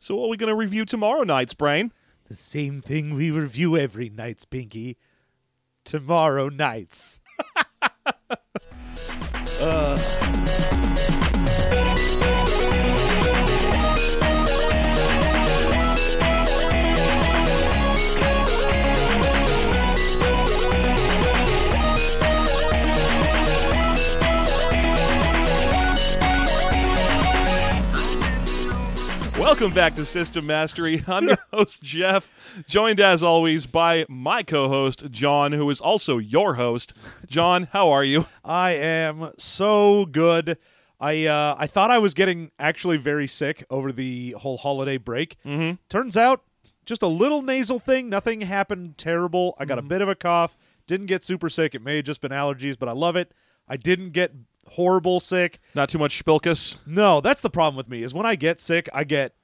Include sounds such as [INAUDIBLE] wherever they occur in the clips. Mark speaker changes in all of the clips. Speaker 1: So what are we going to review tomorrow night's brain?
Speaker 2: The same thing we review every night's Pinky. Tomorrow nights.
Speaker 1: Welcome back to System Mastery. I'm
Speaker 2: [LAUGHS]
Speaker 1: your host, Jeff, joined as always by my co host, John, who is also your host. John, how are you?
Speaker 2: I am so good. I uh, I thought I was getting actually very sick over the whole holiday break. Mm-hmm. Turns out, just a little nasal thing. Nothing happened terrible. I got
Speaker 1: Mm-hmm.
Speaker 2: a bit of a cough. Didn't get super sick. It may have just been allergies, but I love it. I didn't get horrible sick.
Speaker 1: Not too much spilkus?
Speaker 2: No, that's the problem with me is when I get sick, I get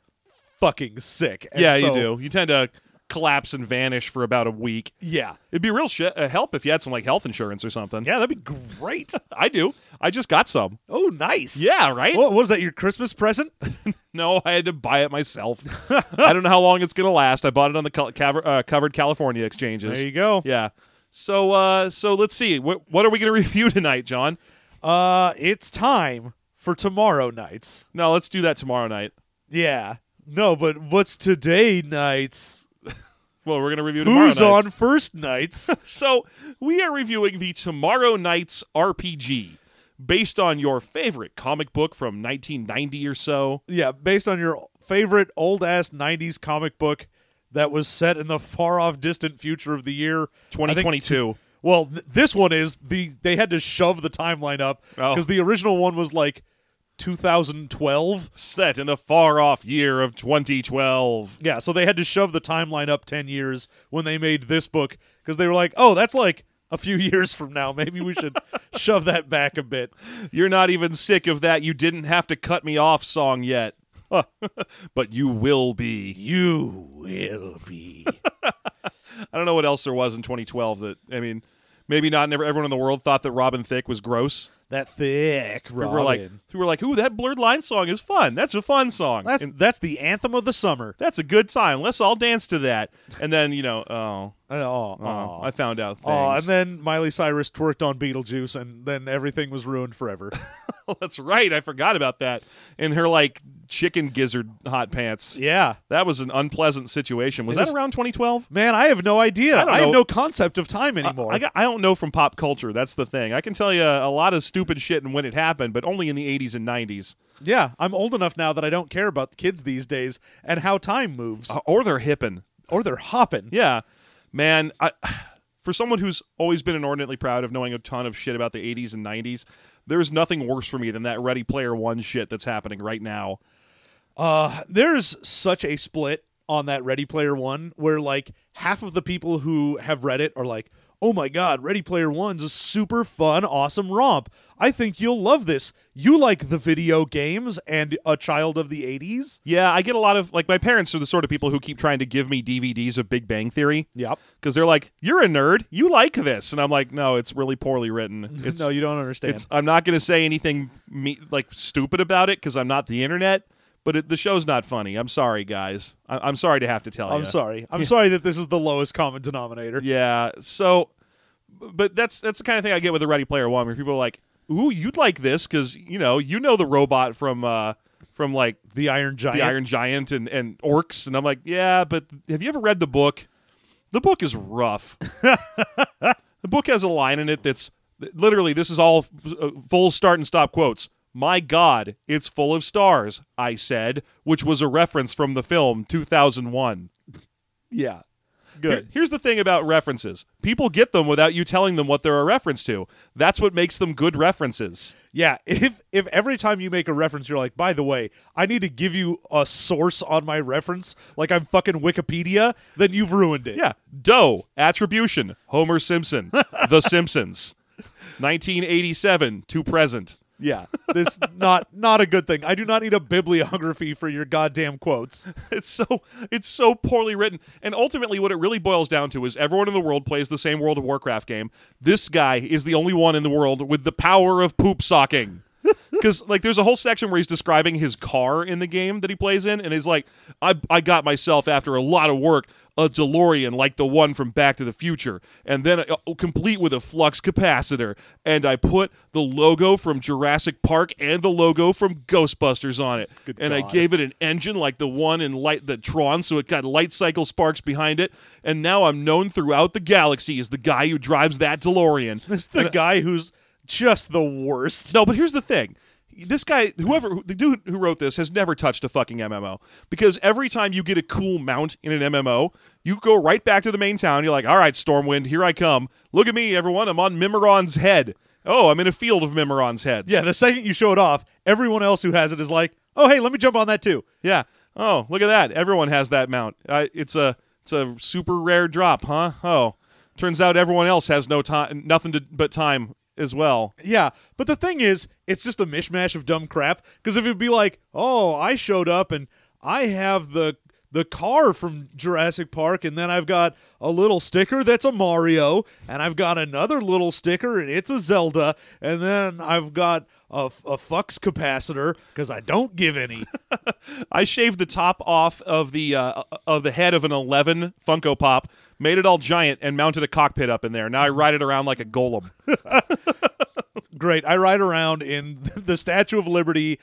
Speaker 2: fucking sick. And
Speaker 1: yeah,
Speaker 2: so-
Speaker 1: you do. You tend to collapse and vanish for about a week.
Speaker 2: Yeah,
Speaker 1: It'd be real shit, uh, help if you had some like health insurance or something.
Speaker 2: yeah, that'd be great.
Speaker 1: [LAUGHS] I do. I just got some.
Speaker 2: Oh, nice.
Speaker 1: Yeah, [LAUGHS] right?
Speaker 2: What what was that? Your
Speaker 1: [LAUGHS]
Speaker 2: Christmas present?
Speaker 1: No, I had to buy it myself.
Speaker 2: [LAUGHS]
Speaker 1: I don't know how long it's going to last. I bought it on the col- caver- uh, covered California exchanges.
Speaker 2: There you go.
Speaker 1: [LAUGHS] Yeah. So uh so let's see. What what are we going to [LAUGHS] review tonight, John?
Speaker 2: Uh, it's time for tomorrow nights.
Speaker 1: No, let's do that tomorrow night.
Speaker 2: Yeah. No, but what's today nights?
Speaker 1: Well, we're going to review tomorrow
Speaker 2: Who's
Speaker 1: nights.
Speaker 2: on
Speaker 1: [LAUGHS]
Speaker 2: first nights?
Speaker 1: So, we are reviewing the Tomorrow Nights RPG based on your favorite comic book from 1990 or so.
Speaker 2: yeah, based on your favorite old ass '90s comic book that was set in the far off distant future of the year
Speaker 1: 2022.
Speaker 2: Well, th- this one is the they had to shove the timeline up
Speaker 1: Oh.
Speaker 2: because the original one was like 2012.
Speaker 1: set in the far off year of 2012.
Speaker 2: Yeah, so they had to shove the timeline up 10 years when they made this book because they were like, oh, that's like a few [LAUGHS] years from now. Maybe we [LAUGHS] should shove that back a bit.
Speaker 1: You're not even sick of that you didn't have to cut me off song yet. [LAUGHS] but you will be.
Speaker 2: You will [LAUGHS] be.
Speaker 1: I don't know what else there was in 2012 that I mean, maybe not never everyone in the world thought that Robin Thicke was gross.
Speaker 2: that thick
Speaker 1: We
Speaker 2: Robin.
Speaker 1: were like we were like, "Ooh, that blurred line song is fun. That's a fun song.
Speaker 2: that's,
Speaker 1: And
Speaker 2: that's the anthem of the summer.
Speaker 1: that's a good time. Let's all dance to that." And then, you know, oh,
Speaker 2: Oh, oh,
Speaker 1: oh, I found out things.
Speaker 2: oh. And then Miley Cyrus twerked on Beetlejuice, and then everything was ruined [LAUGHS] forever.
Speaker 1: [LAUGHS] that's right. I forgot about that. In her like chicken gizzard hot pants.
Speaker 2: yeah.
Speaker 1: That was an unpleasant situation. Was
Speaker 2: It
Speaker 1: that
Speaker 2: was-
Speaker 1: around 2012?
Speaker 2: Man, I have no idea. I,
Speaker 1: don't
Speaker 2: have
Speaker 1: know.
Speaker 2: no concept of time anymore.
Speaker 1: I, got, I don't know from pop culture. That's the thing. I can tell you a lot of stupid shit and when it happened, but only in the 80s and 90s.
Speaker 2: yeah, I'm old enough now that I don't care about the kids these days and how time moves.
Speaker 1: Or they're hippin'.
Speaker 2: Uh, or they're hopping.
Speaker 1: Yeah. Man, I, [SIGHS] for someone who's always been inordinately proud of knowing a ton of shit about the 80s and 90s, there's nothing worse for me than that Ready Player One shit that's happening right now.
Speaker 2: There's such a split on that Ready Player One where like half of the people who have read it are like, "Oh my god, Ready Player One's a super fun, awesome romp. I think you'll love this. You like the video games and a child of the '80s."
Speaker 1: Yeah, I get a lot of, like, my parents are the sort of people who keep trying to give me DVDs of Big Bang Theory.
Speaker 2: Yep.
Speaker 1: Because they're like, you're a nerd. You like this. And I'm like, no, it's really poorly written. It's,
Speaker 2: [LAUGHS] no, you don't understand.
Speaker 1: It's, I'm not going to say anything me, like stupid about it because I'm not the internet. But it, the show's not funny. I'm sorry, guys. I, I'm sorry to have to tell you.
Speaker 2: I'm sorry.
Speaker 1: [LAUGHS]
Speaker 2: I'm sorry that this is the lowest common denominator.
Speaker 1: Yeah. So, but that's that's the kind of thing I get with the Ready Player One, where people are like, "Ooh, you'd like this because you know you know the robot from uh from like
Speaker 2: The Iron Giant.
Speaker 1: the Iron Giant and and orcs." And I'm like, "Yeah, but have you ever read the book? The book is rough. [LAUGHS] the book has a line in it that's literally this is all f- uh, full start and stop quotes. My God, it's full of stars, I said, which was a reference from the film 2001.
Speaker 2: Yeah.
Speaker 1: Here-
Speaker 2: Good.
Speaker 1: here's the thing about references people get them without you telling them what they're a reference to. That's what makes them good references.
Speaker 2: Yeah, [LAUGHS] if if every time you make a reference, you're like, by the way, I need to give you a source on my reference, like I'm fucking Wikipedia, then you've ruined it.
Speaker 1: Yeah. Doe, attribution, Homer Simpson, The [LAUGHS] Simpsons, 1987 to present.
Speaker 2: yeah. This [LAUGHS] not not a good thing. I do not need a bibliography for your goddamn quotes.
Speaker 1: [LAUGHS] It's so it's so poorly written. And ultimately what it really boils down to is everyone in the world plays the same World of Warcraft game. This guy is the only one in the world with the power of poop socking. because like there's a whole section where he's describing his car in the game that he plays in, and he's like, I I got myself after a lot of work a DeLorean like the one from Back to the Future, and then uh, complete with a flux capacitor, and I put the logo from Jurassic Park and the logo from Ghostbusters on it,
Speaker 2: Good
Speaker 1: and I
Speaker 2: God.
Speaker 1: gave it an engine like the one in light the Tron, so it got light cycle sparks behind it, and now I'm known throughout the galaxy as the guy who drives that DeLorean.
Speaker 2: It's the guy who's just the
Speaker 1: [LAUGHS]
Speaker 2: worst.
Speaker 1: No, but here's the thing. This guy, whoever the dude who wrote this, has never touched a fucking MMO because every time you get a cool mount in an MMO, you go right back to the main town. You're like, "All right, Stormwind, here I come. Look at me, everyone. I'm on Mimiron's head. Oh, I'm in a field of Mimiron's heads.
Speaker 2: Yeah, the second you show it off, everyone else who has it is like, "Oh, hey, let me jump on that too."
Speaker 1: yeah. Oh, look at that. Everyone has that mount. Uh, it's a it's a super rare drop, huh? Oh, turns out everyone else has no time, nothing to, but time as well.
Speaker 2: Yeah, but the thing is, it's just a mishmash of dumb crap. Because if it'd be like, "Oh, I showed up and I have the the car from Jurassic Park, and then I've got a little sticker that's a Mario, and I've got another little sticker and it's a Zelda, and then I've got a, a flux capacitor because I don't give any."
Speaker 1: I shaved the top off of the uh, of the head of an 11 Funko Pop, made it all giant, and mounted a cockpit up in there. Now I ride it around like a golem.
Speaker 2: Great. I ride around in [LAUGHS] the Statue of Liberty,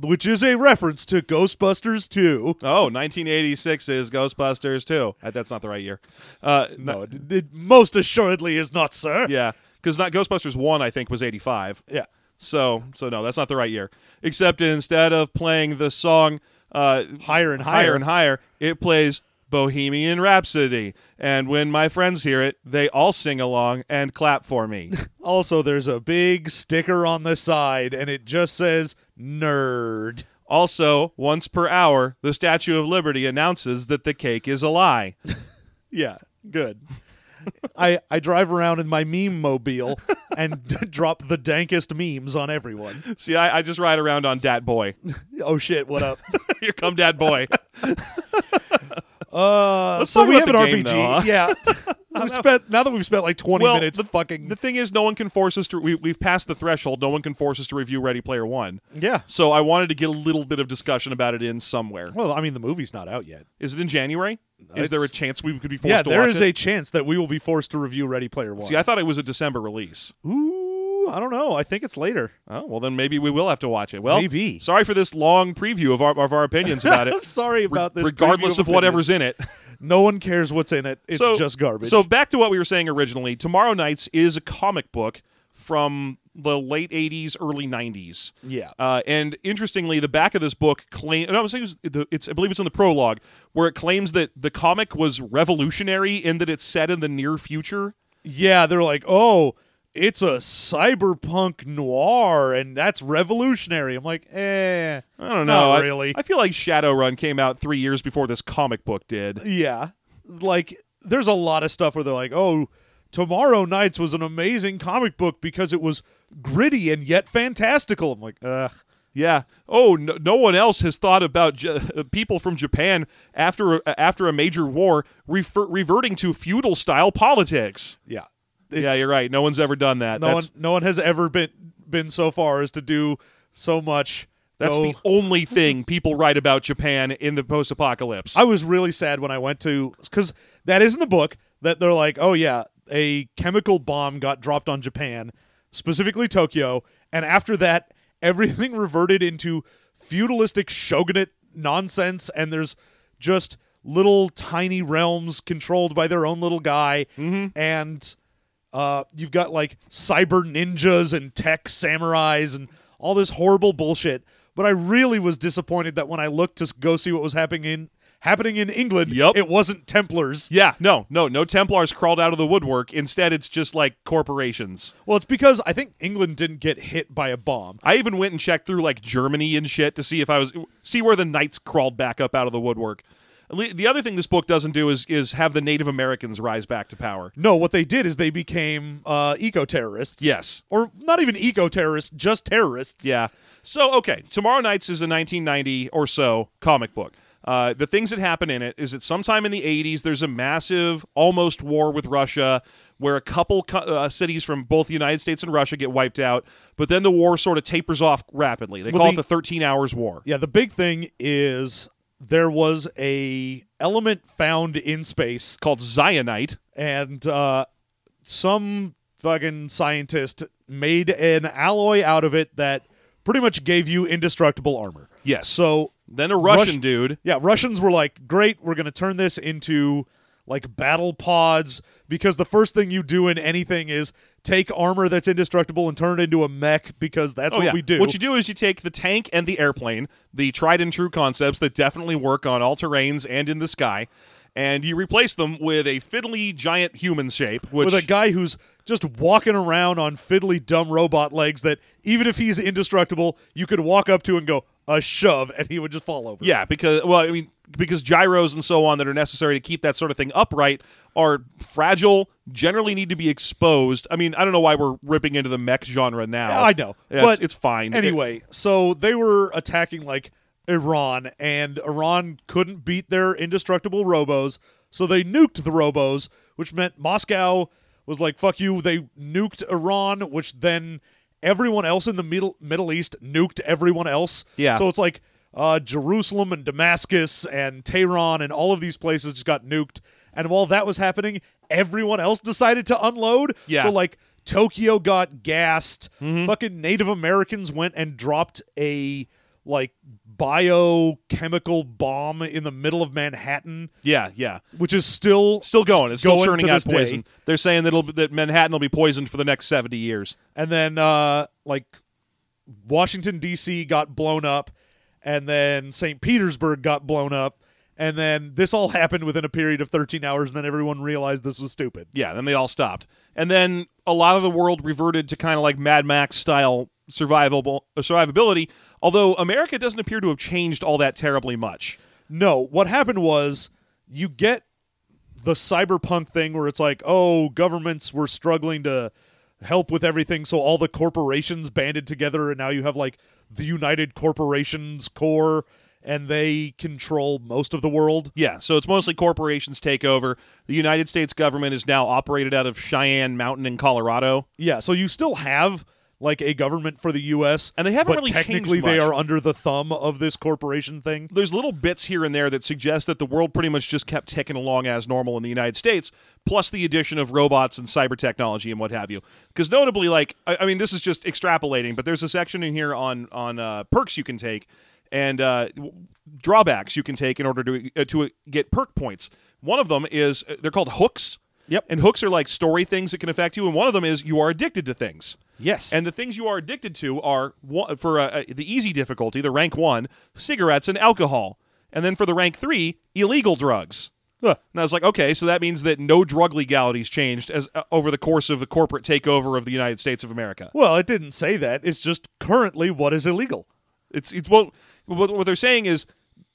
Speaker 2: which is a reference to Ghostbusters 2.
Speaker 1: oh, 1986 is Ghostbusters too. Uh, That's not the right year. Uh, no-
Speaker 2: No, it, it most assuredly is not, sir.
Speaker 1: yeah, because not Ghostbusters one I think was 85.
Speaker 2: Yeah.
Speaker 1: So so no, that's not the right year. Except instead of playing the song uh,
Speaker 2: Higher and
Speaker 1: higher
Speaker 2: higher.
Speaker 1: and higher, it plays Bohemian Rhapsody. And when my friends hear it, they all sing along and clap for me.
Speaker 2: Also, there's a big sticker on the side, and it just says nerd.
Speaker 1: Also, once per hour, the Statue of Liberty announces that the cake is a
Speaker 2: [LAUGHS]
Speaker 1: lie.
Speaker 2: Yeah, good. [LAUGHS] I, I drive around in my meme mobile and [LAUGHS] drop the dankest memes on everyone.
Speaker 1: See, I, I just ride around on Dat Boy. [LAUGHS]
Speaker 2: Oh shit, what up?
Speaker 1: Here come Dat Boy.
Speaker 2: [LAUGHS] Uh,
Speaker 1: Let's
Speaker 2: so
Speaker 1: talk
Speaker 2: we
Speaker 1: about
Speaker 2: have an
Speaker 1: the game,
Speaker 2: RPG.
Speaker 1: though, huh? [LAUGHS]
Speaker 2: Yeah, we spent now that we've spent like twenty
Speaker 1: Well,
Speaker 2: minutes fucking
Speaker 1: The thing is, no one can force us to. We, we've passed the threshold. No one can force us to review Ready Player One.
Speaker 2: yeah.
Speaker 1: So I wanted to get a little bit of discussion about it in somewhere.
Speaker 2: Well, I mean, the movie's not out yet.
Speaker 1: Is it in January? Is
Speaker 2: It's-
Speaker 1: there a chance we could be forced
Speaker 2: Yeah,
Speaker 1: to
Speaker 2: there
Speaker 1: watch
Speaker 2: is
Speaker 1: it?
Speaker 2: a chance that we will be forced to review Ready Player One.
Speaker 1: See, I thought it was a December release.
Speaker 2: Ooh, I don't know. I think it's later. [LAUGHS]
Speaker 1: Oh, well, then maybe we will have to watch it. Well,
Speaker 2: Maybe.
Speaker 1: Sorry for this long preview of our, of our opinions about it.
Speaker 2: Sorry [LAUGHS] about this.
Speaker 1: regardless
Speaker 2: preview
Speaker 1: of whatever's in it.
Speaker 2: opinion. no one cares what's in it. It's
Speaker 1: so
Speaker 2: just garbage.
Speaker 1: So back to what we were saying originally. Tomorrow Nights is a comic book from the late '80s, early '90s.
Speaker 2: Yeah.
Speaker 1: Uh, and interestingly, the back of this book claim. No, I was saying it was the- it's. I believe it's in the prologue where it claims that the comic was revolutionary in that it's set in the near future.
Speaker 2: yeah, they're like, oh, it's a cyberpunk noir, and that's revolutionary. I'm like, eh,
Speaker 1: I don't know.
Speaker 2: not
Speaker 1: I-
Speaker 2: really.
Speaker 1: I, feel like Shadowrun came out three years before this comic book did.
Speaker 2: yeah, like there's a lot of stuff where they're like, oh. Tomorrow Nights was an amazing comic book because it was gritty and yet fantastical. I'm like, ugh.
Speaker 1: Yeah. Oh, no, no one else has thought about J- people from Japan after after a major war refer- reverting to feudal style politics.
Speaker 2: Yeah.
Speaker 1: yeah,
Speaker 2: It's-
Speaker 1: you're right. No one's ever done that.
Speaker 2: No one,
Speaker 1: that's
Speaker 2: no one has ever been been so far as to do so much.
Speaker 1: that's
Speaker 2: go-
Speaker 1: the only thing people write about Japan in the post-apocalypse.
Speaker 2: I was really sad when I went to because that is in the book that they're like, oh yeah, a chemical bomb got dropped on Japan, specifically Tokyo, and after that, [LAUGHS] everything reverted into feudalistic shogunate nonsense, and there's just little tiny realms controlled by their own little guy, and uh, you've got like cyber ninjas and tech samurais and all this horrible bullshit. But I really was disappointed that when I looked to s- go see what was happening in happening in England,
Speaker 1: Yup.
Speaker 2: it wasn't Templars.
Speaker 1: yeah, no, no, no Templars crawled out of the woodwork. Instead, it's just like corporations.
Speaker 2: Well, it's because I think England didn't get hit by a bomb.
Speaker 1: I even went and checked through like Germany and shit to see if I was see where the knights crawled back up out of the woodwork. Le- The other thing this book doesn't do is is have the Native Americans rise back to power.
Speaker 2: No, what they did is they became uh, eco terrorists.
Speaker 1: Yes.
Speaker 2: or not even eco terrorists, just terrorists.
Speaker 1: Yeah. So okay, Tomorrow Nights is a 1990 or so comic book. Uh, the things that happen in it is that sometime in the 80s, there's a massive, almost war with Russia where a couple co- uh, cities from both the United States and Russia get wiped out, but then the war sort of tapers off rapidly. They
Speaker 2: Well,
Speaker 1: call
Speaker 2: the-
Speaker 1: it the 13 Hours War.
Speaker 2: Yeah, the big thing is there was a element found in space
Speaker 1: Called Zionite.
Speaker 2: and uh, some fucking scientist made an alloy out of it that pretty much gave you indestructible armor.
Speaker 1: Yes.
Speaker 2: So
Speaker 1: Then a Russian
Speaker 2: Rush-
Speaker 1: dude
Speaker 2: yeah, Russians were like, "Great, we're going to turn this into like battle pods because the first thing you do in anything is take armor that's indestructible and turn it into a mech because that's what we do."
Speaker 1: Oh, What you do is you take the tank and the airplane, the tried and true concepts that definitely work on all terrains and in the sky, and you replace them with a fiddly giant human shape, which
Speaker 2: with a guy who's just walking around on fiddly dumb robot legs that even if he's indestructible, you could walk up to and go a shove and he would just fall over.
Speaker 1: yeah, because well, I mean, because gyros and so on that are necessary to keep that sort of thing upright are fragile, generally need to be exposed. I mean, I don't know why we're ripping into the mech genre now.
Speaker 2: I know,
Speaker 1: Yeah,
Speaker 2: but
Speaker 1: it's, it's fine. It-
Speaker 2: Anyway, so they were attacking like Iran and Iran couldn't beat their indestructible robos, so they nuked the robos, which meant Moscow was like fuck you, they nuked Iran, which then everyone else in the Middle Middle East nuked everyone else.
Speaker 1: Yeah.
Speaker 2: So it's like uh, Jerusalem and Damascus and Tehran and all of these places just got nuked. And while that was happening, everyone else decided to unload.
Speaker 1: Yeah.
Speaker 2: So like Tokyo got gassed. Fucking Native Americans went and dropped a like biochemical bomb in the middle of Manhattan,
Speaker 1: yeah, yeah.
Speaker 2: which is still
Speaker 1: Still going. It's
Speaker 2: Going
Speaker 1: still churning
Speaker 2: to
Speaker 1: out
Speaker 2: this day.
Speaker 1: poison. They're saying that it'll, that Manhattan will be poisoned for the next 70 years.
Speaker 2: and then uh like Washington D.C. got blown up, and then St. Petersburg got blown up, and then this all [LAUGHS] happened within a period of 13 hours, and then everyone realized this was stupid.
Speaker 1: Yeah, then they all stopped. And then a lot of the world reverted to kind of like Mad Max style survivable uh, survivability, although America doesn't appear to have changed all that terribly much.
Speaker 2: No, what happened was you get the cyberpunk thing where it's like, oh, governments were struggling to help with everything, so all the corporations banded together, and now you have like the United Corporations Corps, and they control most of the world.
Speaker 1: Yeah, so it's mostly corporations take over. The United States government is now operated out of Cheyenne Mountain in Colorado.
Speaker 2: Yeah, so you still have like a government for the U.S.,
Speaker 1: And they haven't
Speaker 2: but
Speaker 1: really changed
Speaker 2: technically they
Speaker 1: much.
Speaker 2: are under the thumb of this corporation thing.
Speaker 1: There's little bits here and there that suggest that the world pretty much just kept ticking along as normal in the United States, plus the addition of robots and cyber technology and what have you. Because notably, like I, I mean, this is just extrapolating, but there's a section in here on on uh, perks you can take and uh, w- drawbacks you can take in order to uh, to uh, get perk points. One of them is uh, they're called hooks.
Speaker 2: Yep.
Speaker 1: And hooks are like story things that can affect you, and one of them is you are addicted to things.
Speaker 2: Yes.
Speaker 1: And the things you are addicted to are one, for uh, uh, the easy difficulty, the rank one, cigarettes and alcohol. And then for the rank three, illegal drugs.
Speaker 2: Huh.
Speaker 1: And I was like, okay, so that means that no drug legality's changed as uh, over the course of the corporate takeover of the United States of America.
Speaker 2: Well, it didn't say that. It's just currently what is illegal.
Speaker 1: It's it's well, what, what they're saying is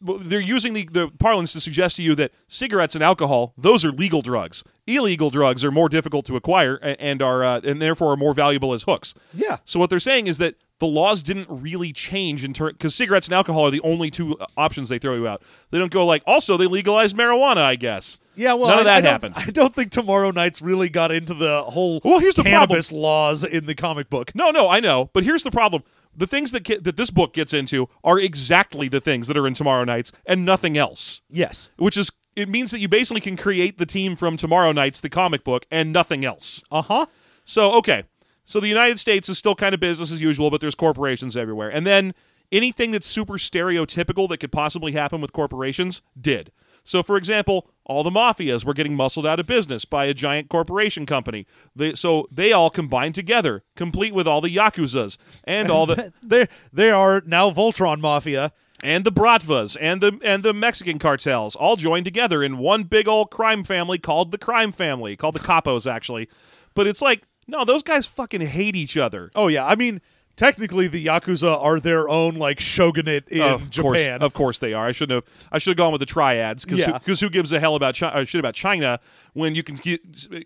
Speaker 1: well, they're using the, the parlance to suggest to you that cigarettes and alcohol those are legal drugs. Illegal drugs are more difficult to acquire a- and are uh, and therefore are more valuable as hooks.
Speaker 2: Yeah.
Speaker 1: So what they're saying is that the laws didn't really change in turn because cigarettes and alcohol are the only two uh, options they throw you out. They don't go like also they legalized marijuana. I guess.
Speaker 2: Yeah, well,
Speaker 1: none
Speaker 2: I,
Speaker 1: of that
Speaker 2: I don't-
Speaker 1: happened.
Speaker 2: I don't think Tomorrow Nights really got into the whole
Speaker 1: Well, here's the problem.
Speaker 2: cannabis laws in the comic book.
Speaker 1: No, no, I know. But here's the problem: the things that ca- that this book gets into are exactly the things that are in Tomorrow Nights and nothing else.
Speaker 2: Yes.
Speaker 1: which is it means that you basically can create the team from tomorrow night's the comic book and nothing else.
Speaker 2: Uh huh.
Speaker 1: So okay, so the United States is still kind of business as usual, but there's corporations everywhere, and then anything that's super stereotypical that could possibly happen with corporations did. So for example, all the mafias were getting muscled out of business by a giant corporation company. They, so they all combined together, complete with all the yakuzas and all
Speaker 2: [LAUGHS]
Speaker 1: the
Speaker 2: They they are now Voltron Mafia.
Speaker 1: and the Bratvas and the and the Mexican cartels all joined together in one big old crime family called the crime family, called the Capos actually. But it's like, no, those guys fucking hate each other.
Speaker 2: Oh yeah, I mean technically the yakuza are their own like shogunate in
Speaker 1: of
Speaker 2: Japan.
Speaker 1: course, of course they are. I shouldn't have. I should have gone with the triads because
Speaker 2: Yeah.
Speaker 1: who, gives a hell about China, shit about China when you can get,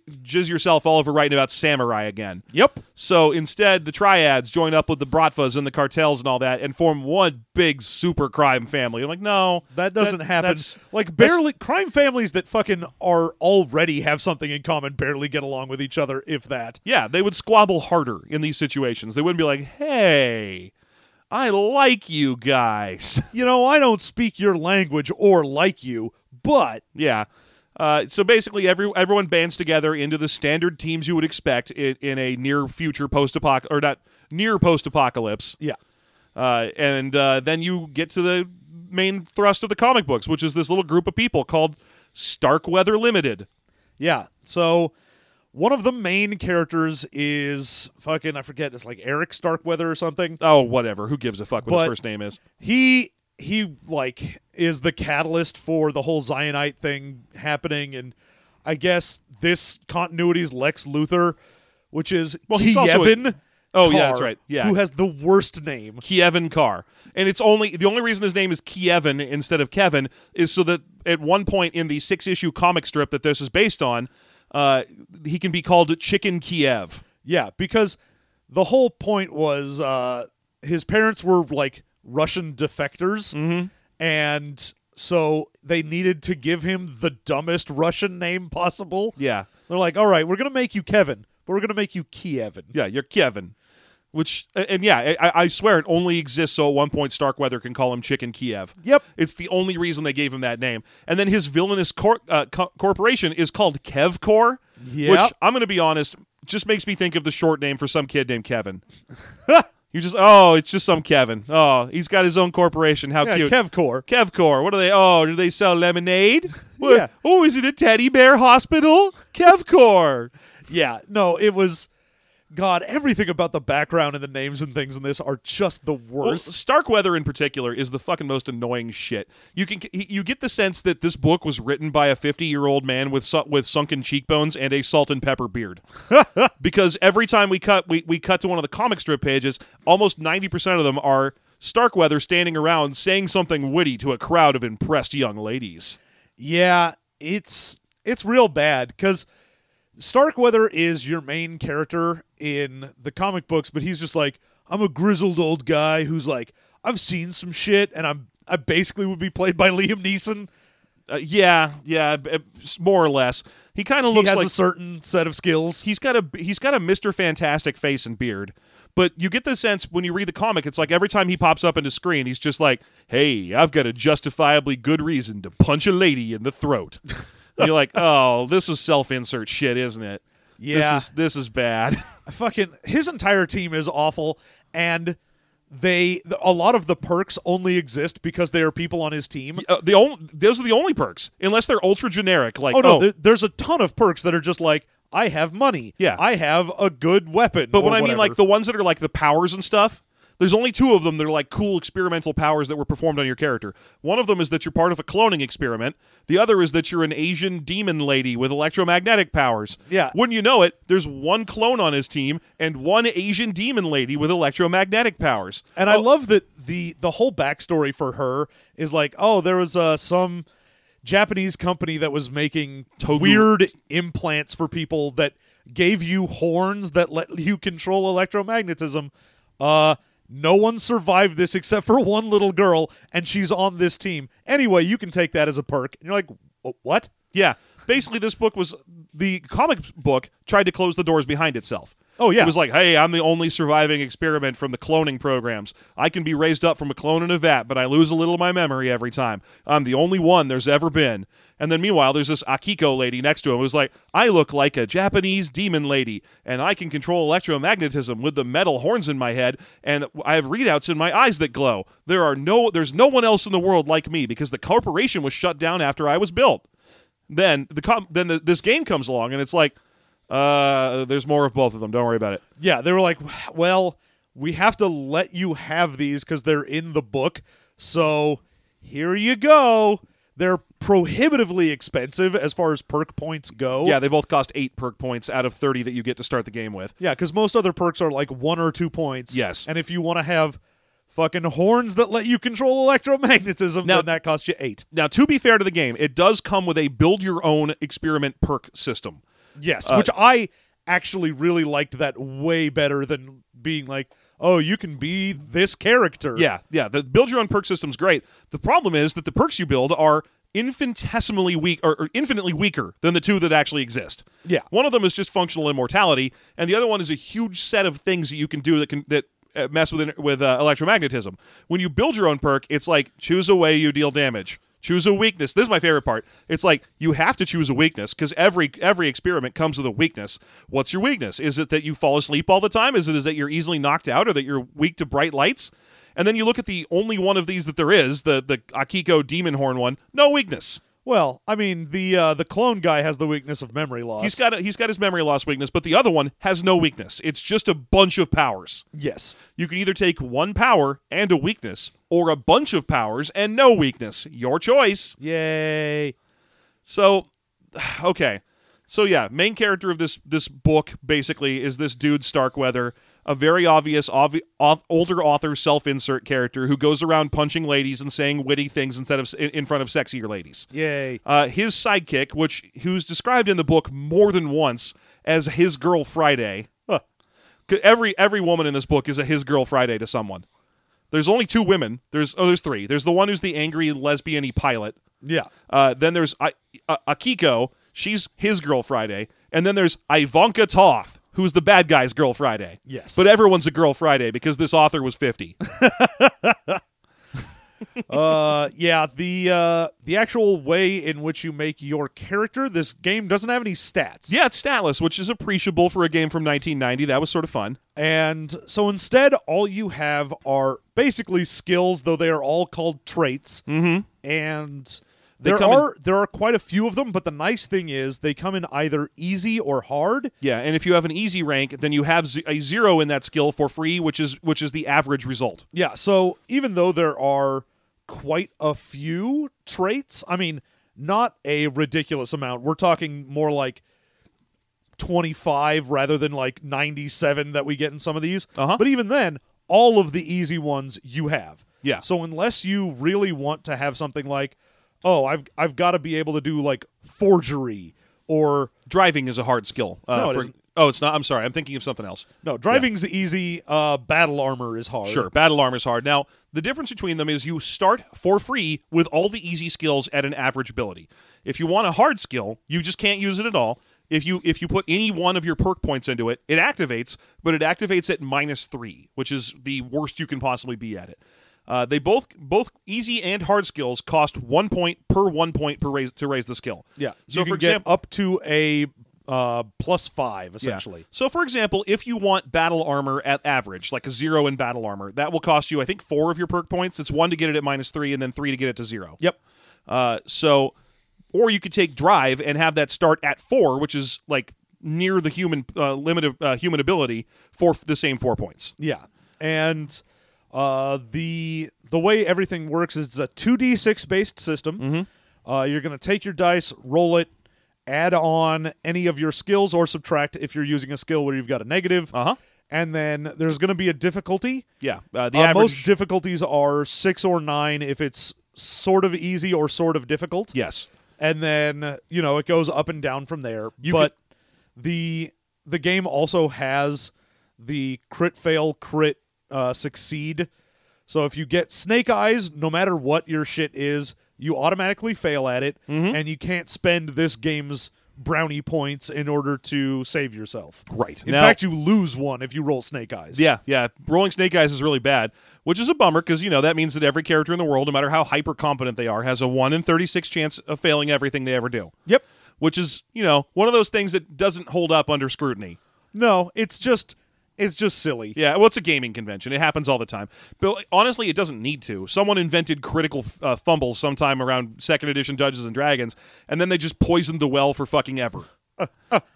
Speaker 1: jizz yourself all over writing about samurai again.
Speaker 2: yep.
Speaker 1: So instead, the triads join up with the Brattvas and the cartels and all that and form one big super crime family. I'm like, no,
Speaker 2: That doesn't happen.
Speaker 1: that's-
Speaker 2: Like barely crime families that fucking are already have something in common barely get along with each other if that.
Speaker 1: Yeah, they would squabble harder in these situations. They wouldn't be like, hey, I like you guys. [LAUGHS]
Speaker 2: You know, I don't speak your language or like you, but
Speaker 1: yeah. Uh, so basically, every everyone bands together into the standard teams you would expect in, in a near future post apoc or not near post apocalypse,
Speaker 2: yeah.
Speaker 1: uh, and uh, then you get to the main thrust of the comic books, which is this little group of people called Starkweather Limited.
Speaker 2: Yeah. So one of the main characters is fucking I forget it's like Eric Starkweather or something.
Speaker 1: Oh, whatever. Who gives a fuck what
Speaker 2: But-
Speaker 1: his first name is?
Speaker 2: He he like is the catalyst for the whole Zionite thing happening and I guess this continuity's Lex Luthor, which is
Speaker 1: Well, he's also a-
Speaker 2: Kevin.
Speaker 1: Oh, yeah, that's right. Yeah.
Speaker 2: Who has the worst name.
Speaker 1: Kievan Carr. And it's only the only reason his name is Kievan instead of Kevin is so that at one point in the six issue comic strip that this is based on, uh, he can be called Chicken Kiev.
Speaker 2: Yeah, because the whole point was uh, his parents were like Russian defectors, and so they needed to give him the dumbest Russian name possible.
Speaker 1: Yeah.
Speaker 2: They're like, all right, we're gonna make you Kevin, but we're gonna make you Kievin.
Speaker 1: Yeah, you're Kevin. Which a- and yeah, I, I swear it only exists so at one point Starkweather can call him Chicken Kiev.
Speaker 2: Yep.
Speaker 1: it's the only reason they gave him that name. And then his villainous cor- uh, co- corporation is called Kevcor,
Speaker 2: Yep.
Speaker 1: which I'm going to be honest, just makes me think of the short name for some kid named Kevin. [LAUGHS] you just oh, it's just some Kevin. Oh, he's got his own corporation. How
Speaker 2: Yeah,
Speaker 1: cute.
Speaker 2: Kevcor.
Speaker 1: Kevcor, what are they? Oh, do they sell
Speaker 2: [LAUGHS]
Speaker 1: lemonade? What-
Speaker 2: Yeah.
Speaker 1: Oh, is it a teddy bear hospital? Kevcor.
Speaker 2: Yeah, no, it was. God, everything about the background and the names and things in this are just the
Speaker 1: Well,
Speaker 2: worst.
Speaker 1: Starkweather in particular is the fucking most annoying shit. You can he- you get the sense that this book was written by a 50-year-old man with su- with sunken cheekbones and a salt and pepper beard. [LAUGHS] because every time we cut we, we cut to one of the comic strip pages, almost 90% of them are Starkweather standing around saying something witty to a crowd of impressed young ladies.
Speaker 2: Yeah, it's it's real bad because Starkweather is your main character in the comic books, but he's just like I'm a grizzled old guy who's like I've seen some shit, and I'm I basically would be played by [LAUGHS] Liam Neeson.
Speaker 1: Uh, yeah, yeah, b- uh, s- more or less. He kind of
Speaker 2: He
Speaker 1: looks
Speaker 2: has
Speaker 1: like
Speaker 2: a certain set of skills.
Speaker 1: he's got a he's got a Mr. Fantastic face and beard. But you get the sense when you read the comic, it's like every time he pops up into screen, he's just like, "Hey, I've got a justifiably good reason to punch a lady in the
Speaker 2: [LAUGHS]
Speaker 1: throat." And you're like, "Oh, this is self-insert shit, isn't it?"
Speaker 2: Yeah.
Speaker 1: this is this is bad. [LAUGHS]
Speaker 2: I fucking his entire team is awful, and they a lot of the perks only exist because they are people on his team.
Speaker 1: Uh, the only those are the only perks, unless they're ultra generic. Like,
Speaker 2: Oh no, there- there's a ton of perks that are just like I have money.
Speaker 1: Yeah.
Speaker 2: I have a good weapon.
Speaker 1: But when I mean like the ones that are like the powers and stuff, there's only two of them that are like cool experimental powers that were performed on your character. One of them is that you're part of a cloning experiment. The other is that you're an Asian demon lady with electromagnetic powers.
Speaker 2: Yeah.
Speaker 1: Wouldn't you know it, there's one clone on his team and one Asian demon lady with electromagnetic powers.
Speaker 2: And I love that the the whole backstory for her is like, oh, there was uh, some Japanese company that was making weird implants for people that gave you horns that let you control electromagnetism. Uh, no one survived this except for [LAUGHS] one little girl, and she's on this team. Anyway, you can take that as a perk. And you're like, "Wh- what?
Speaker 1: Yeah. Basically, this book was the comic book tried to close the doors behind itself.
Speaker 2: Oh, yeah.
Speaker 1: It was like, hey, I'm the only surviving experiment from the cloning programs. I can be raised up from a clone in a vat, but I lose a little of my memory every time. I'm the only one there's ever been. And then meanwhile, there's this Akiko lady next to him who's like, I look like a Japanese demon lady, and I can control electromagnetism with the metal horns in my head, and I have readouts in my eyes that glow. There are no there's no one else in the world like me because the corporation was shut down after I was built then the com- then the, this game comes along and it's like uh there's more of both of them don't worry about it
Speaker 2: Yeah, they were like, well, we have to let you have these because they're in the book. So here you go. They're prohibitively expensive as far as perk points go.
Speaker 1: Yeah, they both cost eight perk points out of thirty that you get to start the game with.
Speaker 2: Yeah, because most other perks are like one or two points.
Speaker 1: Yes.
Speaker 2: And if you want to have fucking horns that let you control electromagnetism,
Speaker 1: Now-
Speaker 2: then that costs you eight.
Speaker 1: Now, to be fair to the game, it does come with a build your own experiment perk system.
Speaker 2: Yes. which I actually really liked that way better than being like, oh, you can be this character.
Speaker 1: Yeah, yeah. The build your own perk system's great. The problem is that the perks you build are infinitesimally weak or, or infinitely weaker than the two that actually exist.
Speaker 2: Yeah.
Speaker 1: One of them is just functional immortality, and the other one is a huge set of things that you can do that can that uh, mess with with uh, electromagnetism. When you build your own perk, it's like choose a way you deal damage. Choose a weakness. This is my favorite part. It's like you have to choose a weakness because every every experiment comes with a weakness. What's your weakness? Is it that you fall asleep all the time? Is it is that you're easily knocked out or that you're weak to bright lights? And then you look at the only one of these that there is, the the Akiko Demon Horn one. No weakness.
Speaker 2: Well, I mean, the uh, the clone guy has the weakness of memory loss.
Speaker 1: He's got a, he's got his memory loss weakness, but the other one has no weakness. It's just a bunch of powers.
Speaker 2: yes.
Speaker 1: You can either take one power and a weakness, or a bunch of powers and no weakness. Your choice.
Speaker 2: Yay.
Speaker 1: So, [SIGHS] okay, so yeah, main character of this this book basically is this dude Starkweather, a very obvious obvi- au- older author self-insert character who goes around punching ladies and saying witty things instead of s- in in front of sexier ladies.
Speaker 2: Yay.
Speaker 1: Uh, his sidekick, which who's described in the book more than once as his girl Friday.
Speaker 2: Huh.
Speaker 1: 'Cause Every every woman in this book is a his girl Friday to someone. There's only two women. There's oh, there's three. There's the one who's the angry lesbian pilot.
Speaker 2: Yeah.
Speaker 1: Uh, then there's I- uh, Akiko. She's his girl Friday. And then there's Ivanka Toth, who's the bad guy's girl Friday.
Speaker 2: Yes.
Speaker 1: But everyone's a girl Friday because this author was 50.
Speaker 2: uh yeah the uh the actual way in which you make your character this game doesn't have any
Speaker 1: [LAUGHS]
Speaker 2: stats
Speaker 1: yeah, it's statless, which is appreciable for a game from 1990. That was sort of fun.
Speaker 2: and so instead all you have are basically skills though they are all called traits mm-hmm. and there
Speaker 1: come in-
Speaker 2: are there are quite a few of them but the nice thing is they come in either easy or hard
Speaker 1: Yeah, and if you have an easy rank, then you have z- a zero in that skill for free, which is which is the average result.
Speaker 2: Yeah, so even though there are quite a few traits, I mean, not a ridiculous amount. We're talking more like 25 rather than like 97 that we get in some of these.
Speaker 1: Uh-huh.
Speaker 2: But even then, all of the easy ones you have.
Speaker 1: Yeah.
Speaker 2: So unless you really want to have something like, oh, I've I've got to be able to do like forgery or
Speaker 1: Driving is a hard skill. Uh,
Speaker 2: No, it
Speaker 1: for-
Speaker 2: isn't.
Speaker 1: oh, it's not. I'm sorry. I'm thinking of something else.
Speaker 2: no, driving's easy, uh battle armor is hard.
Speaker 1: Sure, battle armor is hard. Now, the difference between them is you start for free with all the easy skills at an average ability. If you want a hard skill, you just can't use it at all. If you if you put any one of your perk points into it, it activates, but it activates at minus three, which is the worst you can possibly be at it. Uh, they both both easy and hard skills cost one point per one point per raise to raise the skill.
Speaker 2: Yeah.
Speaker 1: So
Speaker 2: you
Speaker 1: for
Speaker 2: can get
Speaker 1: example,
Speaker 2: up to a uh, plus five essentially.
Speaker 1: so, for example, if you want battle armor at average, like a zero in battle armor, that will cost you, I think, four of your perk points. It's one to get it at minus three, and then three to get it to zero.
Speaker 2: Yep.
Speaker 1: Uh, so, or you could take drive and have that start at four, which is like near the human uh, limit of uh, human ability for f- the same four points.
Speaker 2: Yeah. And uh, the the way everything works is it's a two d six based system.
Speaker 1: Mm-hmm.
Speaker 2: Uh, you're going to take your dice, roll it, add on any of your skills or subtract if you're using a skill where you've got a negative.
Speaker 1: Uh-huh.
Speaker 2: And then there's going to be a difficulty.
Speaker 1: Yeah. Uh, the
Speaker 2: Uh,
Speaker 1: average.
Speaker 2: most difficulties are six or nine if it's sort of easy or sort of difficult.
Speaker 1: yes.
Speaker 2: and then you know it goes up and down from there. but the the game also has the crit fail, crit uh, succeed. So if you get snake eyes, no matter what your shit is, you automatically fail at it,
Speaker 1: Mm-hmm.
Speaker 2: and you can't spend this game's brownie points in order to save yourself.
Speaker 1: Right.
Speaker 2: In
Speaker 1: Now-
Speaker 2: fact, you lose one if you roll snake eyes.
Speaker 1: Yeah, yeah. Rolling Snake Eyes is really bad, which is a bummer because you know that means that every character in the world, no matter how hyper competent they are, has a one in thirty six chance of failing everything they ever do.
Speaker 2: Yep.
Speaker 1: which is you know one of those things that doesn't hold up under scrutiny.
Speaker 2: No, it's just it's just silly.
Speaker 1: Yeah, well, it's a gaming convention; it happens all the time. But honestly, it doesn't need to. Someone invented critical uh, fumbles sometime around second edition Dungeons and Dragons, and then they just poisoned the well for fucking
Speaker 2: [LAUGHS]
Speaker 1: ever.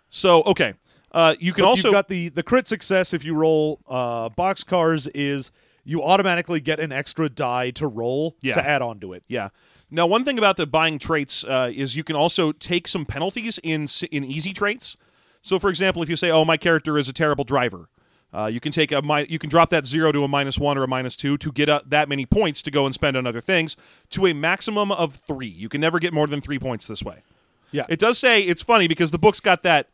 Speaker 1: so okay, uh, you can also
Speaker 2: you've got the the crit success if you roll uh box cars is you automatically get an extra die to roll
Speaker 1: Yeah.
Speaker 2: to add on to it.
Speaker 1: yeah. Now, one thing about the buying traits uh, is you can also take some penalties in s- in easy traits. So, for example, if you say, "Oh, my character is a terrible driver," uh, you can take a mi- you can drop that zero to a minus one or a minus two to get uh that many points to go and spend on other things to a maximum of three. You can never get more than three points this way.
Speaker 2: Yeah.
Speaker 1: It does say it's funny because the book's got that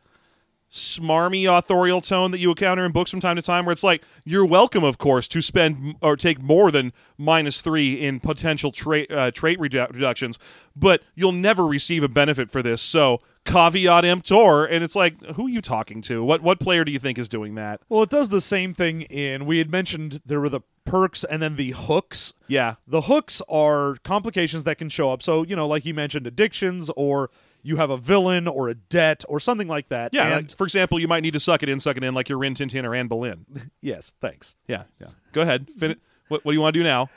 Speaker 1: smarmy authorial tone that you encounter in books from time to time where it's like you're welcome of course to spend m- or take more than minus three in potential trait uh, trait redu- reductions but you'll never receive a benefit for this so caveat emptor and it's like who are you talking to what what player do you think is doing that
Speaker 2: Well, it does the same thing in. We had mentioned there were the perks and then the hooks.
Speaker 1: yeah
Speaker 2: The hooks are complications that can show up. So, you know, like you mentioned, addictions or you have a villain or a debt or something like that.
Speaker 1: yeah
Speaker 2: And,
Speaker 1: like, for example you might need to suck it in suck it in like your rin tin tin or anne boleyn
Speaker 2: yes, thanks.
Speaker 1: yeah yeah go ahead fin- what, what do you want to do now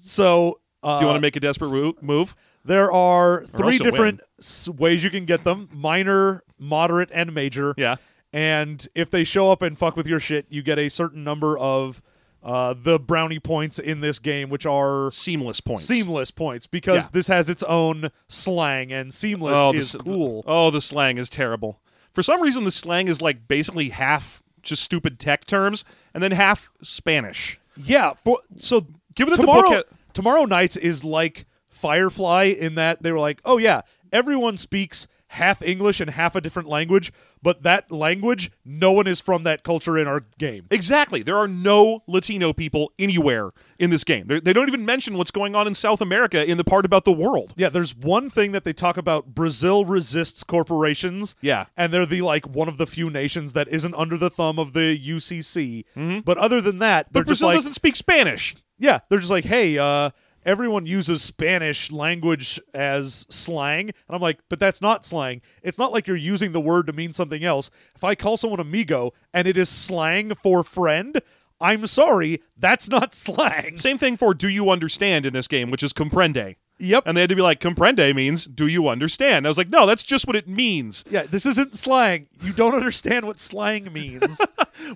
Speaker 2: So, uh,
Speaker 1: do you want to make a desperate roo- move
Speaker 2: there are three
Speaker 1: else you'll
Speaker 2: different s- ways you can get them minor, moderate, and major.
Speaker 1: Yeah.
Speaker 2: And if they show up and fuck with your shit, you get a certain number of uh, the brownie points in this game, which are
Speaker 1: seamless points
Speaker 2: seamless points because
Speaker 1: Yeah.
Speaker 2: this has its own slang and seamless
Speaker 1: Oh, the
Speaker 2: is
Speaker 1: s-
Speaker 2: cool.
Speaker 1: Oh, the slang is terrible. For some reason, the slang is like basically half just stupid tech terms and then half Spanish.
Speaker 2: yeah, for, so
Speaker 1: Given that the
Speaker 2: tomorrow
Speaker 1: book
Speaker 2: tomorrow nights is like Firefly in that they were like, "Oh yeah, everyone speaks half English and half a different language, but that language no one is from that culture in our game."
Speaker 1: Exactly. There are no Latino people anywhere in this game. They're, they do not even mention what's going on in South America in the part about the world.
Speaker 2: Yeah, there's one thing that they talk about Brazil resists corporations.
Speaker 1: Yeah.
Speaker 2: And they're the like one of the few nations that isn't under the thumb of the UCC. But other than that, they're
Speaker 1: Mm-hmm. But Brazil
Speaker 2: just like
Speaker 1: doesn't speak Spanish.
Speaker 2: Yeah, they're just like, hey, uh, everyone uses Spanish language as slang. And I'm like, but that's not slang. It's not like you're using the word to mean something else. If I call someone amigo and it is slang for friend, I'm sorry, that's not [LAUGHS] slang.
Speaker 1: Same thing for do you understand in this game, which is comprende.
Speaker 2: Yep.
Speaker 1: And they had to be like, comprende means do you understand? I was like, no, that's just what it means.
Speaker 2: Yeah, this isn't slang. You don't understand what
Speaker 1: [LAUGHS]
Speaker 2: slang means.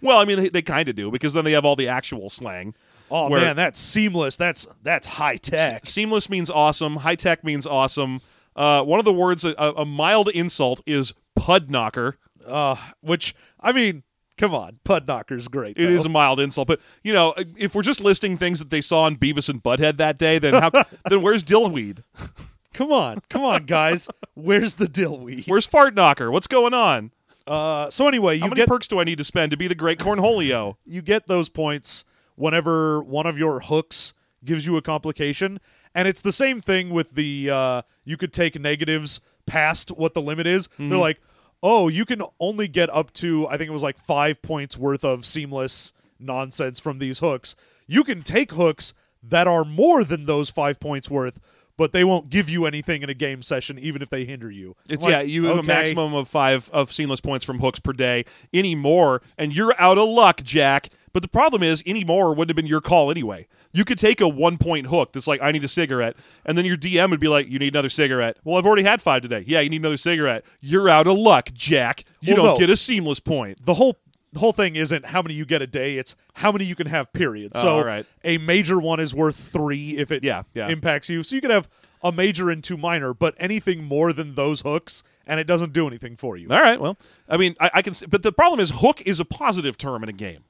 Speaker 1: Well, I mean, they, they kind of do because then they have all the actual slang.
Speaker 2: oh
Speaker 1: Where-
Speaker 2: man, that's seamless. That's that's high tech.
Speaker 1: Seamless means awesome. High tech means awesome. Uh, one of the words, a, a mild insult, is pud knocker.
Speaker 2: Uh, which I mean, come on, Pud Knocker's great.
Speaker 1: It is a mild insult, but you know, if we're just listing things that they saw in Beavis and Butthead that day, then
Speaker 2: [LAUGHS]
Speaker 1: how, then where's Dillweed?
Speaker 2: Come on, come on,
Speaker 1: [LAUGHS]
Speaker 2: guys. Where's the dillweed?
Speaker 1: Where's Fart Knocker? What's going on?
Speaker 2: Uh, so anyway,
Speaker 1: How
Speaker 2: you
Speaker 1: many
Speaker 2: get
Speaker 1: perks do I need to spend to be the great Cornholio?
Speaker 2: you get those points whenever one of your hooks gives you a complication, and it's the same thing with the uh, you could take negatives past what the limit is.
Speaker 1: Mm-hmm.
Speaker 2: They're like, oh, you can only get up to I think it was like five points worth of seamless nonsense from these hooks. You can take hooks that are more than those five points worth. But they won't give you anything in a game session, even if they hinder you. I'm
Speaker 1: It's
Speaker 2: like,
Speaker 1: yeah, you have a
Speaker 2: okay.
Speaker 1: maximum of five of seamless points from hooks per day. Any more, and you're out of luck, Jack. But the problem is, any more wouldn't have been your call anyway. You could take a one point hook that's like, I need a cigarette, and then your DM would be like, You need another cigarette. Well, I've already had five today. Yeah, you need another cigarette. You're out of luck, Jack. You
Speaker 2: Well,
Speaker 1: don't
Speaker 2: no.
Speaker 1: get a seamless point.
Speaker 2: the whole the whole thing isn't how many you get a day it's how many you can have period so
Speaker 1: all right.
Speaker 2: a major one is worth three if it
Speaker 1: Oh, Yeah, yeah.
Speaker 2: impacts you so you could have a major and two minor but anything more than those hooks and it doesn't do anything for you
Speaker 1: All right, well, I mean, I, I can, s- but the problem is, hook is a positive term in a game.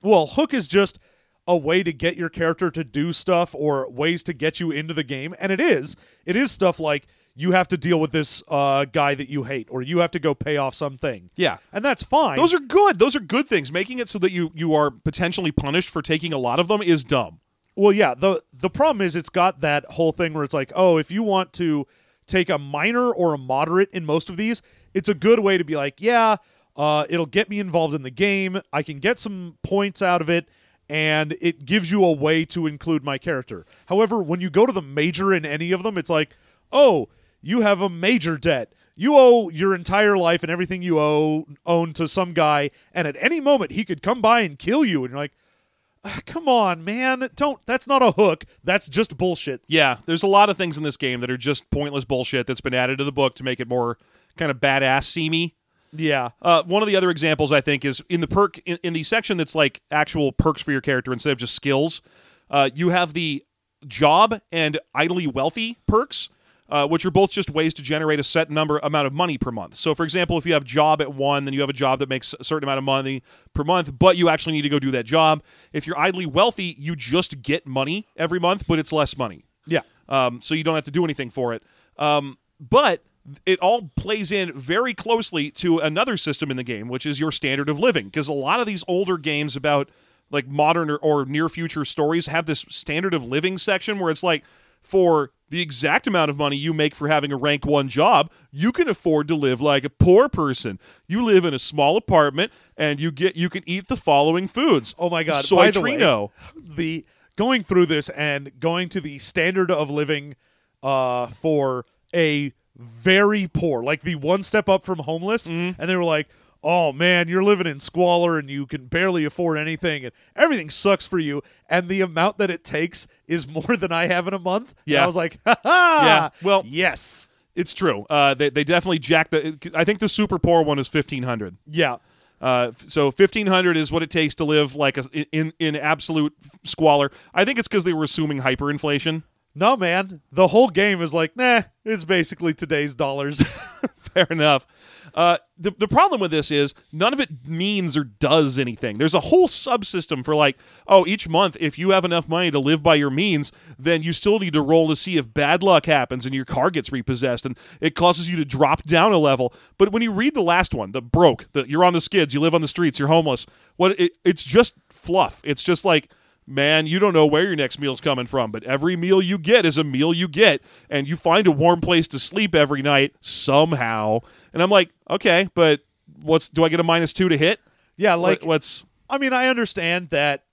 Speaker 2: well hook is just a way to get your character to do stuff or ways to get you into the game and it is it is stuff like you have to deal with this uh, guy that you hate or you have to go pay off something
Speaker 1: Yeah.
Speaker 2: and that's fine
Speaker 1: Those are good. Those are good things. Making it so that you you are potentially punished for taking a lot of them is dumb.
Speaker 2: Well, yeah. the The problem is it's got that whole thing where it's like, oh, if you want to take a minor or a moderate in most of these, it's a good way to be like, yeah, uh, it'll get me involved in the game. I can get some points out of it, and it gives you a way to include my character. However, when you go to the major in any of them, it's like, oh, you have a major debt. You owe your entire life and everything you owe own to some guy, and at any moment he could come by and kill you. And you're like, Come on, man. Don't. That's not a hook. That's just bullshit.
Speaker 1: Yeah, there's a lot of things in this game that are just pointless bullshit that's been added to the book to make it more kind of badass seamy.
Speaker 2: Yeah.
Speaker 1: Uh, one of the other examples I think is in the perk in, in the section that's like actual perks for your character instead of just skills. Uh, you have the job and idly wealthy perks, uh, which are both just ways to generate a set number amount of money per month. So, for example, if you have job at one, then you have a job that makes a certain amount of money per month, but you actually need to go do that job. If you're idly wealthy, you just get money every month, but it's less money
Speaker 2: Yeah.
Speaker 1: um, so you don't have to do anything for it. Um, but it all plays in very closely to another system in the game, which is your standard of living. Because a lot of these older games about like modern or, or near future stories have this standard of living section where it's like for the exact amount of money you make for having a rank one job, you can afford to live like a poor person. You live in a small apartment and you get you can eat the following foods.
Speaker 2: Oh my God!
Speaker 1: Soy
Speaker 2: By the way,
Speaker 1: Trino.
Speaker 2: the going through this and going to the standard of living uh, for a very poor, like the one step up from homeless,
Speaker 1: Mm-hmm.
Speaker 2: and they were like, "Oh man, you're living in squalor and you can barely afford anything, and everything sucks for you." And the amount that it takes is [LAUGHS] more than I have in a month. And
Speaker 1: Yeah.
Speaker 2: I was like, "Ha ha!"
Speaker 1: Yeah, well-
Speaker 2: yes,
Speaker 1: It's true. Uh, they, they definitely jacked the. I think the super poor one is fifteen hundred.
Speaker 2: yeah,
Speaker 1: Uh, f- so fifteen hundred is what it takes to live like a, in in absolute squalor. I think it's because they were assuming hyperinflation.
Speaker 2: no man, the whole game is like, nah, it's basically today's dollars.
Speaker 1: [LAUGHS] Fair enough. Uh, the the problem with this is none of it means or does anything. There's a whole subsystem for like, oh, each month if you have enough money to live by your means, then you still need to roll to see if bad luck happens and your car gets repossessed and it causes you to drop down a level. But when you read the last one, the broke, the you're on the skids, you live on the streets, you're homeless. What it, it's just fluff. It's just like Man, you don't know where your next meal's coming from, but every meal you get is a meal you get, and you find a warm place to sleep every night somehow. And I'm like, okay, but what's do I get a minus two to hit?
Speaker 2: yeah,
Speaker 1: Like,
Speaker 2: like
Speaker 1: what's
Speaker 2: I mean, I understand that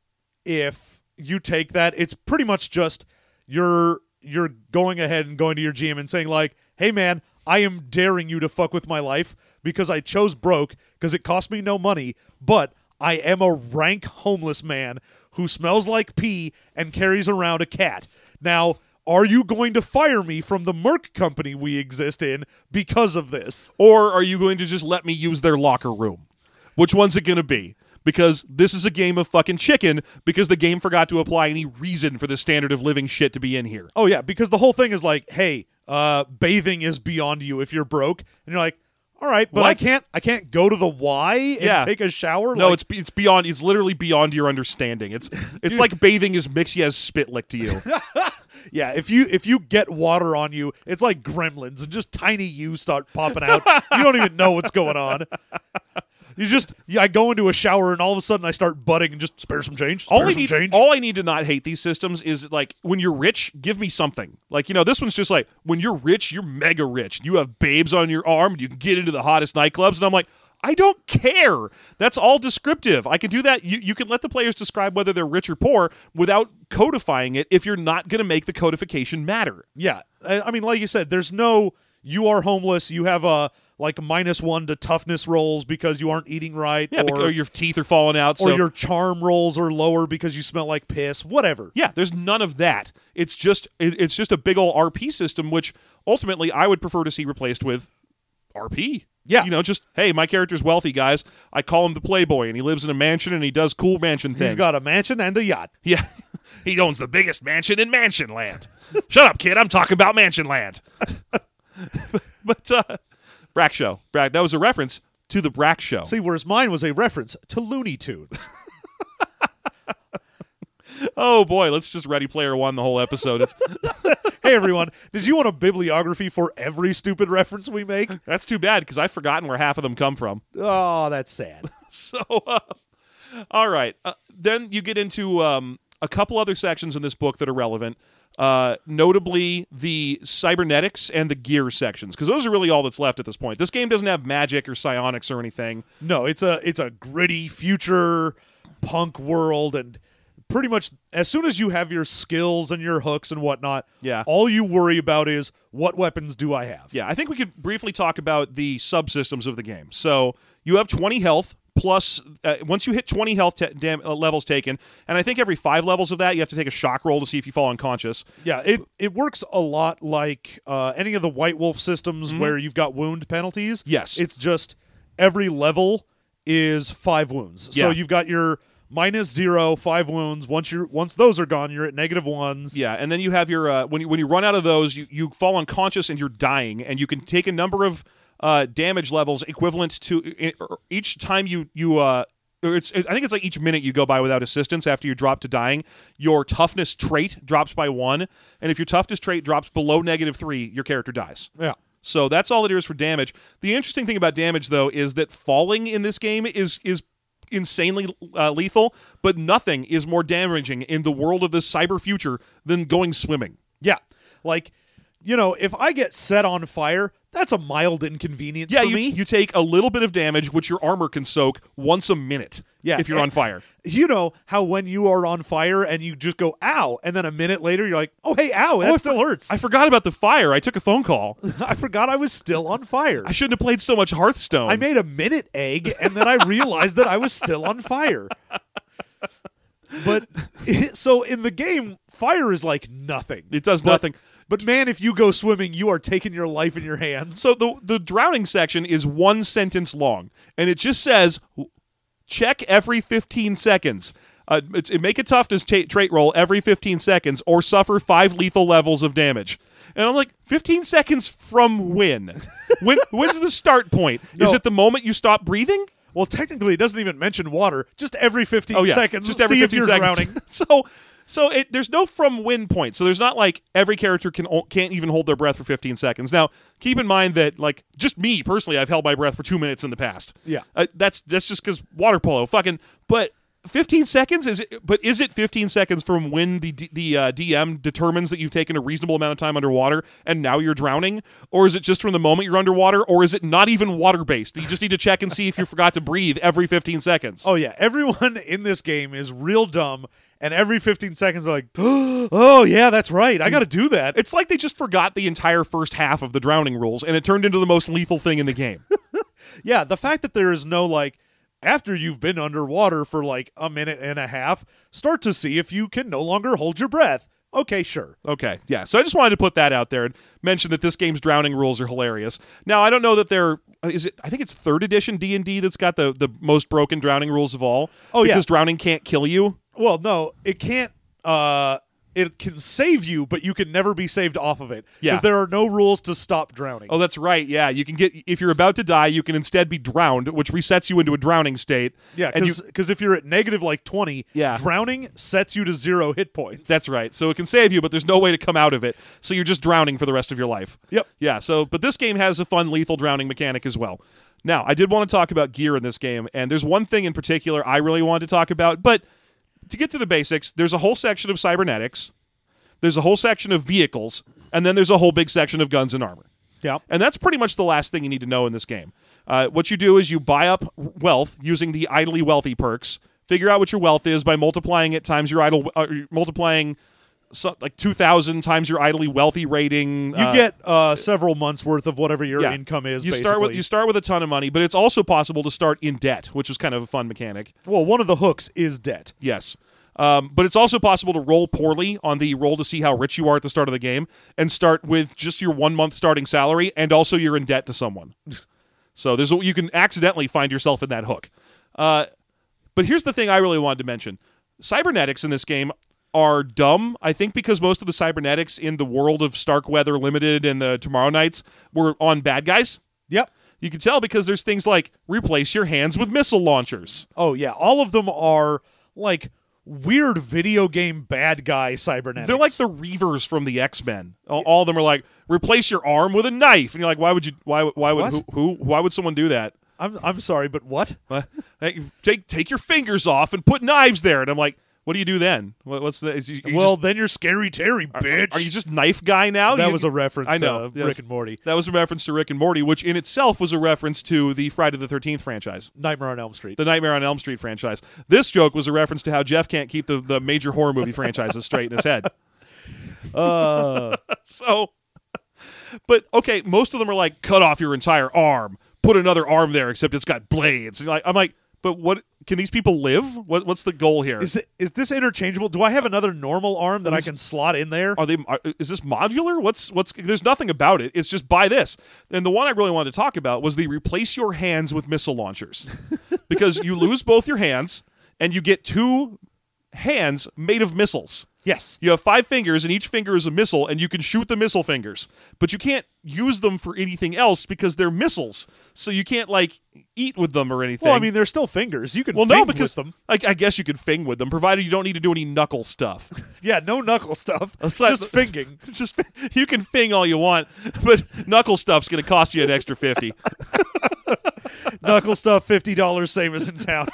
Speaker 2: if you take that, it's pretty much just you're you're going ahead and going to your GM and saying like, "Hey man, I am daring you to fuck with my life because I chose broke because it cost me no money, but I am a rank homeless man who smells like pee and carries around a cat." Now, are you going to fire me from the Merc company we exist in because of this?
Speaker 1: or are you going to just let me use their locker room? Which one's it going to be? Because this is a game of fucking chicken because the game forgot to apply any reason for the standard of living shit to be in here.
Speaker 2: Oh yeah, because the whole thing is like, hey, uh, bathing is beyond you if you're broke, and you're like, all right, but I
Speaker 1: What?
Speaker 2: can't, I can't go to the Y and
Speaker 1: Yeah.
Speaker 2: take a shower.
Speaker 1: No,
Speaker 2: Like,
Speaker 1: it's it's beyond it's literally beyond your understanding. It's it's like bathing is mixy as spit lick to you.
Speaker 2: yeah. If you if you get water on you, it's like gremlins, and just tiny you start popping out. you don't even know what's going on. You just, yeah, I go into a shower, and all of a sudden I start butting and just spare some change. Spare
Speaker 1: all I
Speaker 2: some
Speaker 1: need,
Speaker 2: change.
Speaker 1: all I need to not hate these systems is like when you're rich, give me something. Like you know, this one's just like when you're rich, you're mega rich. You have babes on your arm, you can get into the hottest nightclubs, and I'm like, I don't care. That's all descriptive. I can do that. You you can let the players describe whether they're rich or poor without codifying it. If you're not going to make the codification matter,
Speaker 2: Yeah, I, I mean, like you said, there's no you are homeless. You have a like minus one to toughness rolls because you aren't eating right.
Speaker 1: yeah,
Speaker 2: or,
Speaker 1: because oh, your teeth are falling out,
Speaker 2: or
Speaker 1: so
Speaker 2: your charm rolls are lower because you smell like piss. Whatever.
Speaker 1: Yeah, there's none of that. It's just it, it's just a big old RP system, which ultimately I would prefer to see replaced with RP.
Speaker 2: Yeah.
Speaker 1: you know, just hey, my character's wealthy, guys. I call him the Playboy, and he lives in a mansion, and he does cool mansion things.
Speaker 2: He's got a mansion and a yacht.
Speaker 1: yeah, [LAUGHS] he owns the biggest mansion in Mansion Land. Shut up, kid. I'm talking about Mansion Land. [LAUGHS] but uh, Brack Show, Brack. That was a reference to the Brack Show.
Speaker 2: See, whereas mine was a reference to Looney Tunes.
Speaker 1: [LAUGHS]
Speaker 2: [LAUGHS]
Speaker 1: oh boy, let's just Ready Player One the whole episode. It's, [LAUGHS]
Speaker 2: hey, everyone, did you want a bibliography for every stupid reference we make?
Speaker 1: [LAUGHS] that's too bad because I've forgotten where half of them come from.
Speaker 2: Oh, that's sad.
Speaker 1: [LAUGHS] So, uh, all right. Uh, then you get into um, a couple other sections in this book that are relevant, uh, notably the cybernetics and the gear sections, because those are really all that's left at this point. This game doesn't have magic or psionics or anything.
Speaker 2: No, it's a it's a gritty future punk world, and pretty much as soon as you have your skills and your hooks and whatnot,
Speaker 1: Yeah.
Speaker 2: all you worry about is what weapons do I have?
Speaker 1: Yeah, I think we could briefly talk about the subsystems of the game. So you have 20 health plus uh, once you hit 20 health te- dam- uh, levels taken, and I think every five levels of that you have to take a shock roll to see if you fall unconscious.
Speaker 2: Yeah, it it works a lot like uh, any of the White Wolf systems where you've got wound penalties.
Speaker 1: Yes.
Speaker 2: it's just every level is five wounds. So
Speaker 1: Yeah.
Speaker 2: you've got your minus zero, five wounds. Once you're once those are gone, you're at negative ones.
Speaker 1: Yeah, and then you have your uh, when you when you run out of those, you you fall unconscious and you're dying, and you can take a number of uh, damage levels equivalent to i- i- each time you you. Uh, or it's, it- I think it's like each minute you go by without assistance after you drop to dying, your toughness trait drops by one, and if your toughness trait drops below negative three, your character dies.
Speaker 2: Yeah.
Speaker 1: So that's all it is for damage. The interesting thing about damage, though, is that falling in this game is is insanely uh, lethal, but nothing is more damaging in the world of this cyber future than going swimming.
Speaker 2: Yeah. Like, you know, if I get set on fire, that's a mild inconvenience
Speaker 1: Yeah,
Speaker 2: for
Speaker 1: you,
Speaker 2: me.
Speaker 1: you take a little bit of damage, which your armor can soak once a minute.
Speaker 2: Yeah,
Speaker 1: if you're on
Speaker 2: [LAUGHS] and-
Speaker 1: fire.
Speaker 2: you know how when you are on fire and you just go ow, and then a minute later you're like, oh hey, ow, that
Speaker 1: I
Speaker 2: still hurts.
Speaker 1: I forgot about the fire. I took a phone call.
Speaker 2: I forgot I was still on fire.
Speaker 1: I shouldn't have played so much Hearthstone.
Speaker 2: I made a minute egg and then I realized that I was still on fire. But [LAUGHS] so in the game, fire is like nothing.
Speaker 1: it does
Speaker 2: But-
Speaker 1: nothing.
Speaker 2: But man, if you go swimming, you are taking your life in your hands.
Speaker 1: So the the drowning section is one sentence long, and it just says, check every 15 seconds. Uh, it's, it make a toughness ta- trait roll every 15 seconds, or suffer five lethal levels of damage. And I'm like, 15 seconds from when? when when's the start point? Is
Speaker 2: No.
Speaker 1: it the moment you stop breathing?
Speaker 2: Well, technically, it doesn't even mention water. Just every 15
Speaker 1: Oh yeah,
Speaker 2: seconds.
Speaker 1: just every
Speaker 2: see
Speaker 1: 15
Speaker 2: if you're
Speaker 1: seconds. [LAUGHS]
Speaker 2: drowning.
Speaker 1: so. So it, there's no from win point. So there's not like every character can o- can't even hold their breath for 15 seconds. Now keep in mind that like just me personally, I've held my breath for two minutes in the past.
Speaker 2: Yeah.
Speaker 1: uh, that's that's just because water polo fucking. But 15 seconds is it? But is it 15 seconds from when the D, the uh, DM determines that you've taken a reasonable amount of time underwater and now you're drowning, or is it just from the moment you're underwater, or is it not even water based? You just need to check and see if you forgot to breathe every 15 seconds.
Speaker 2: Oh, yeah. Everyone [LAUGHS] in this game is real dumb. And every 15 seconds, they're like, [GASPS] oh, yeah, that's right.
Speaker 1: Mm.
Speaker 2: I got to do that.
Speaker 1: It's like they just forgot the entire first half of the drowning rules, and it turned into the most lethal thing in the
Speaker 2: [LAUGHS]
Speaker 1: game.
Speaker 2: Yeah, the fact that there is no like after you've been underwater for like a minute and a half, start to see if you can no longer hold your breath. Okay, sure.
Speaker 1: okay, yeah. So I just wanted to put that out there and mention that this game's drowning rules are hilarious. Now I don't know that they're uh, is it. I think it's third edition D and D that's got the the most broken drowning rules of all.
Speaker 2: Oh, yeah.
Speaker 1: because drowning can't kill you.
Speaker 2: Well, no, it can't uh it can save you, but you can never be saved off of it.
Speaker 1: Yeah.
Speaker 2: Because there are no rules to stop drowning.
Speaker 1: Oh, that's right. Yeah, you can get if you're about to die, you can instead be drowned, which resets you into a drowning state.
Speaker 2: yeah,
Speaker 1: and you
Speaker 2: because if you're at negative like 20,
Speaker 1: Yeah.
Speaker 2: drowning sets you to zero hit points.
Speaker 1: That's right. So it can save you, but there's no way to come out of it. So you're just drowning for the rest of your life.
Speaker 2: Yep.
Speaker 1: Yeah. So, but this game has a fun lethal drowning mechanic as well. Now, I did want to talk about gear in this game, and there's one thing in particular I really wanted to talk about. But to get to the basics, there's a whole section of cybernetics, there's a whole section of vehicles, and then there's a whole big section of guns and armor.
Speaker 2: yeah.
Speaker 1: And that's pretty much the last thing you need to know in this game. Uh, what you do is you buy up wealth using the idly wealthy perks. Figure out what your wealth is by multiplying it times your idle, uh, multiplying so, like two thousand times your idly wealthy rating.
Speaker 2: You get uh several months worth of whatever your
Speaker 1: yeah.
Speaker 2: income is.
Speaker 1: You start with
Speaker 2: basically.
Speaker 1: you start with a ton of money, but it's also possible to start in debt, which is kind of a fun mechanic.
Speaker 2: well, one of the hooks is debt.
Speaker 1: Yes. Um, but it's also possible to roll poorly on the roll to see how rich you are at the start of the game and start with just your one month starting salary and also you're in debt to someone. so there's a, you can accidentally find yourself in that hook. Uh, but here's the thing I really wanted to mention cybernetics in this game are dumb, I think, because most of the cybernetics in the world of Starkweather Limited and the Tomorrow Knights were on bad guys.
Speaker 2: Yep.
Speaker 1: You can tell because there's things like replace your hands with missile launchers.
Speaker 2: Oh yeah, all of them are like weird video game bad guy cybernetics.
Speaker 1: They're like the Reavers from the X Men. All, all of them are like replace your arm with a knife, and you're like, why would you? Why? Why would
Speaker 2: What?
Speaker 1: who, who? Why would someone do that?
Speaker 2: I'm I'm sorry, but what?
Speaker 1: What? Hey, take take your fingers off and put knives there. And I'm like, what do you do then? What, what's the? Is you, you
Speaker 2: well, then you're scary Terry, bitch.
Speaker 1: just- are you just knife guy now?
Speaker 2: that
Speaker 1: You-
Speaker 2: was a reference
Speaker 1: I know.
Speaker 2: to
Speaker 1: yes.
Speaker 2: Rick and Morty.
Speaker 1: That was a reference to Rick and Morty, which in itself was a reference to the Friday the Thirteenth franchise.
Speaker 2: Nightmare on Elm Street.
Speaker 1: The Nightmare on Elm Street franchise. This joke was a reference to how Jeff can't keep the, the major horror movie franchises straight in his head.
Speaker 2: Uh,
Speaker 1: [LAUGHS] So, but okay, most of them are like cut off your entire arm, put another arm there, except it's got blades. And like, I'm like, but what can these people live? What, what's the goal here?
Speaker 2: is it, is this interchangeable? Do I have another normal arm that I can slot in there?
Speaker 1: are they? Are, is this modular? What's what's? There's nothing about it. It's just buy this. And the one I really wanted to
Speaker 2: [LAUGHS]
Speaker 1: talk about was the replace your hands with missile launchers, because you lose both your hands. and you get two hands made of missiles.
Speaker 2: Yes.
Speaker 1: You have five fingers, and each finger is a missile, and you can shoot the missile fingers. But you can't use them for anything else because they're missiles. So you can't like eat with them or anything.
Speaker 2: Well, I mean, they're still fingers. You can
Speaker 1: well,
Speaker 2: fing
Speaker 1: no, because
Speaker 2: with them.
Speaker 1: I, I guess you could fing with them, provided you don't need to do any knuckle stuff.
Speaker 2: Yeah, no knuckle stuff.
Speaker 1: [LAUGHS] It's like-
Speaker 2: just finging.
Speaker 1: It's [LAUGHS] just you can fing all you want, but knuckle stuff's going to cost you an extra fifty.
Speaker 2: knuckle stuff, fifty dollars, same as
Speaker 1: [LAUGHS]
Speaker 2: in town.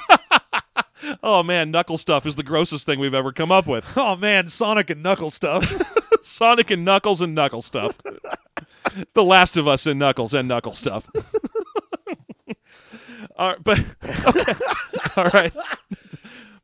Speaker 1: oh man, knuckle stuff is the grossest thing we've ever come up with.
Speaker 2: oh man, Sonic and knuckle stuff.
Speaker 1: Sonic and Knuckles and Knuckle
Speaker 2: [LAUGHS]
Speaker 1: stuff. the Last of Us and Knuckles and Knuckle
Speaker 2: [LAUGHS]
Speaker 1: stuff. All right, but okay. all right,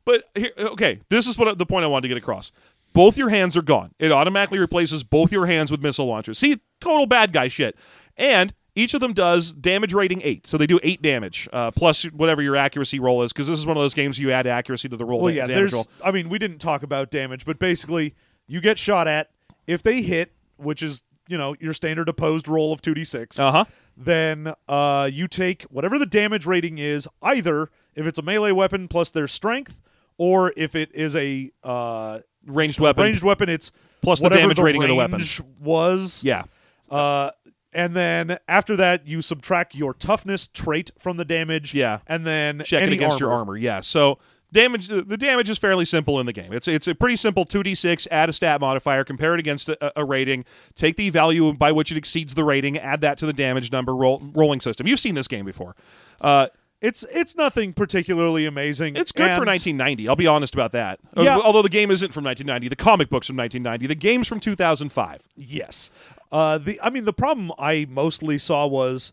Speaker 1: but here, okay. This is what I- the point I wanted to get across. Both your hands are gone. It automatically replaces both your hands with missile launchers. See, total bad guy shit. And each of them does damage rating eight, so they do eight damage uh, plus whatever your accuracy roll is. Because this is one of those games you add accuracy to the roll.
Speaker 2: well,
Speaker 1: da-
Speaker 2: yeah.
Speaker 1: damage
Speaker 2: There's.
Speaker 1: roll.
Speaker 2: I mean, we didn't talk about damage, but basically, you get shot at. If they hit, which is you know your standard opposed roll of two d six,
Speaker 1: Uh-huh.
Speaker 2: then uh, you take whatever the damage rating is, either if it's a melee weapon plus their strength, or if it is a uh,
Speaker 1: ranged weapon.
Speaker 2: ranged weapon, it's
Speaker 1: Plus the
Speaker 2: whatever
Speaker 1: damage rating of the weapon.
Speaker 2: range was.
Speaker 1: Yeah.
Speaker 2: Uh, and then after that, you subtract your toughness trait from the damage.
Speaker 1: Yeah.
Speaker 2: And then
Speaker 1: check it
Speaker 2: any
Speaker 1: against your
Speaker 2: armor.
Speaker 1: armor. Yeah. So damage the the damage is fairly simple in the game. It's it's a pretty simple 2d6 add a stat modifier, compare it against a, a rating, take the value by which it exceeds the rating, add that to the damage number roll, rolling system. You've seen this game before. Uh,
Speaker 2: It's it's nothing particularly amazing.
Speaker 1: it's good for
Speaker 2: and-
Speaker 1: 1990. I'll be honest about that.
Speaker 2: Yeah.
Speaker 1: Uh, Although the game isn't from 1990, the comic books from 1990, the game's from 2005.
Speaker 2: Yes. Uh, the I mean the problem I mostly saw was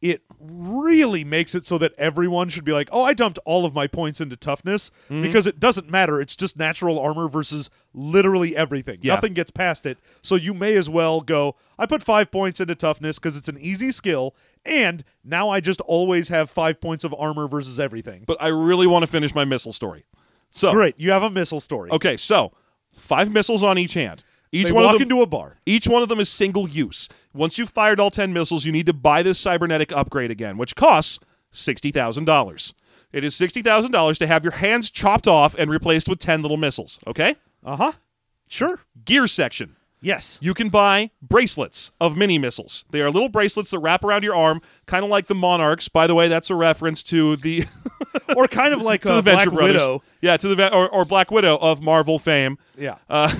Speaker 2: it really makes it so that everyone should be like, oh, I dumped all of my points into toughness
Speaker 1: Mm-hmm.
Speaker 2: because it doesn't matter. It's just natural armor versus literally everything.
Speaker 1: Yeah.
Speaker 2: Nothing gets past it. So you may as well go, I put five points into toughness because it's an easy skill. And now I just always have five points of armor versus everything.
Speaker 1: But I really want to finish my missile story. So
Speaker 2: Great. You have a missile story.
Speaker 1: okay, so five missiles on each hand. Each
Speaker 2: They
Speaker 1: one
Speaker 2: walk
Speaker 1: of them
Speaker 2: into a bar.
Speaker 1: Each one of them is single use. Once you've fired all 10 missiles, you need to buy this cybernetic upgrade again, which costs $60,000. It is $60,000 to have your hands chopped off and replaced with 10 little missiles, okay?
Speaker 2: Uh huh. Sure.
Speaker 1: Gear section.
Speaker 2: Yes.
Speaker 1: You can buy bracelets of mini missiles. They are little bracelets that wrap around your arm, kind of like the Monarchs. By the way, that's a reference to the [LAUGHS]
Speaker 2: or kind of like
Speaker 1: to
Speaker 2: a
Speaker 1: the Venture
Speaker 2: Black
Speaker 1: Brothers.
Speaker 2: Widow.
Speaker 1: Yeah, to the Ve- or, or Black Widow of Marvel fame.
Speaker 2: Yeah.
Speaker 1: Uh,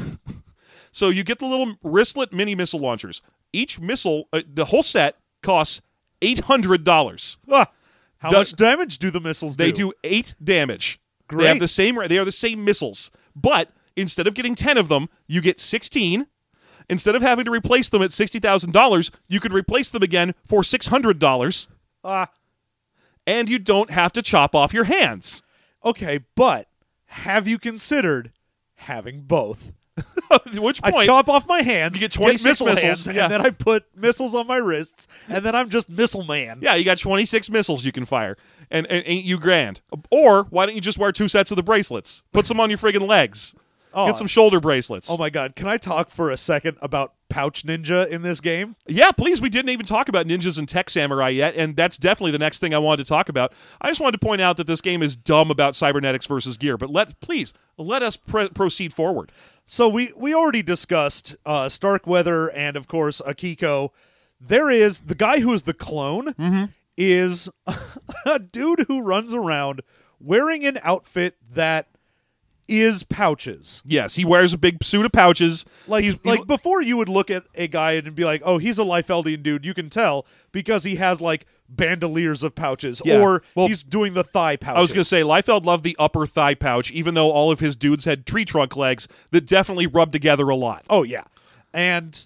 Speaker 1: So you get the little wristlet mini missile launchers. Each missile, uh, the whole set costs eight hundred dollars.
Speaker 2: Ah, how
Speaker 1: Does-
Speaker 2: much damage do the missiles do?
Speaker 1: They do eight damage. They have
Speaker 2: Great.
Speaker 1: the same. They are the same missiles, but instead of getting ten of them, you get sixteen. Instead of having to replace them at sixty thousand dollars, you could replace them again for six hundred dollars,
Speaker 2: Ah,
Speaker 1: and you don't have to chop off your hands. [LAUGHS]
Speaker 2: okay, but have you considered having both?
Speaker 1: At Which point,
Speaker 2: I chop off my hands,
Speaker 1: You get 26
Speaker 2: missile
Speaker 1: missiles,
Speaker 2: hands,
Speaker 1: yeah.
Speaker 2: and then I put missiles on my wrists, and then I'm just missile man.
Speaker 1: Yeah, you got 26 missiles you can fire, and, and ain't you grand? Or why don't you just wear two sets of the bracelets? Put some on your friggin' legs.
Speaker 2: Oh.
Speaker 1: Get some shoulder bracelets.
Speaker 2: Oh my god, can I talk for a second about Pouch Ninja in this game?
Speaker 1: yeah, please. We didn't even talk about ninjas and tech samurai yet, and that's definitely the next thing I wanted to talk about. I just wanted to point out that this game is dumb about cybernetics versus gear, but let please let us pre- proceed forward.
Speaker 2: So we we already discussed uh, Starkweather and of course Akiko. There is the guy who is the clone
Speaker 1: Mm-hmm.
Speaker 2: is [LAUGHS] a dude who runs around wearing an outfit that is pouches.
Speaker 1: Yes, he wears a big suit of pouches.
Speaker 2: Like
Speaker 1: He's- he
Speaker 2: like
Speaker 1: lo-
Speaker 2: before you would look at a guy and be like, "Oh, he's a Liefeldian dude." You can tell because he has like bandoliers of pouches
Speaker 1: Yeah.
Speaker 2: or
Speaker 1: Well,
Speaker 2: he's doing the thigh pouches.
Speaker 1: I was going to say, Liefeld loved the upper thigh pouch, even though all of his dudes had tree trunk legs that definitely rubbed together a lot.
Speaker 2: Oh yeah. And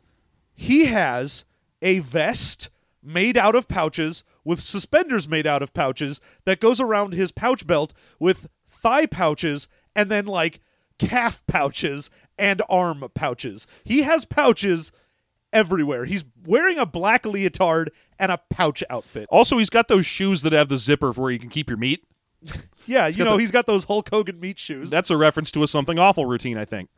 Speaker 2: he has a vest made out of pouches with suspenders made out of pouches that goes around his pouch belt with thigh pouches and then like calf pouches and arm pouches. He has pouches everywhere. He's wearing a black leotard and a pouch outfit.
Speaker 1: Also, he's got those shoes that have the zipper for where you can keep your meat.
Speaker 2: Yeah, you know,
Speaker 1: the-
Speaker 2: he's got those Hulk Hogan meat shoes.
Speaker 1: That's a reference to a something awful routine, I think.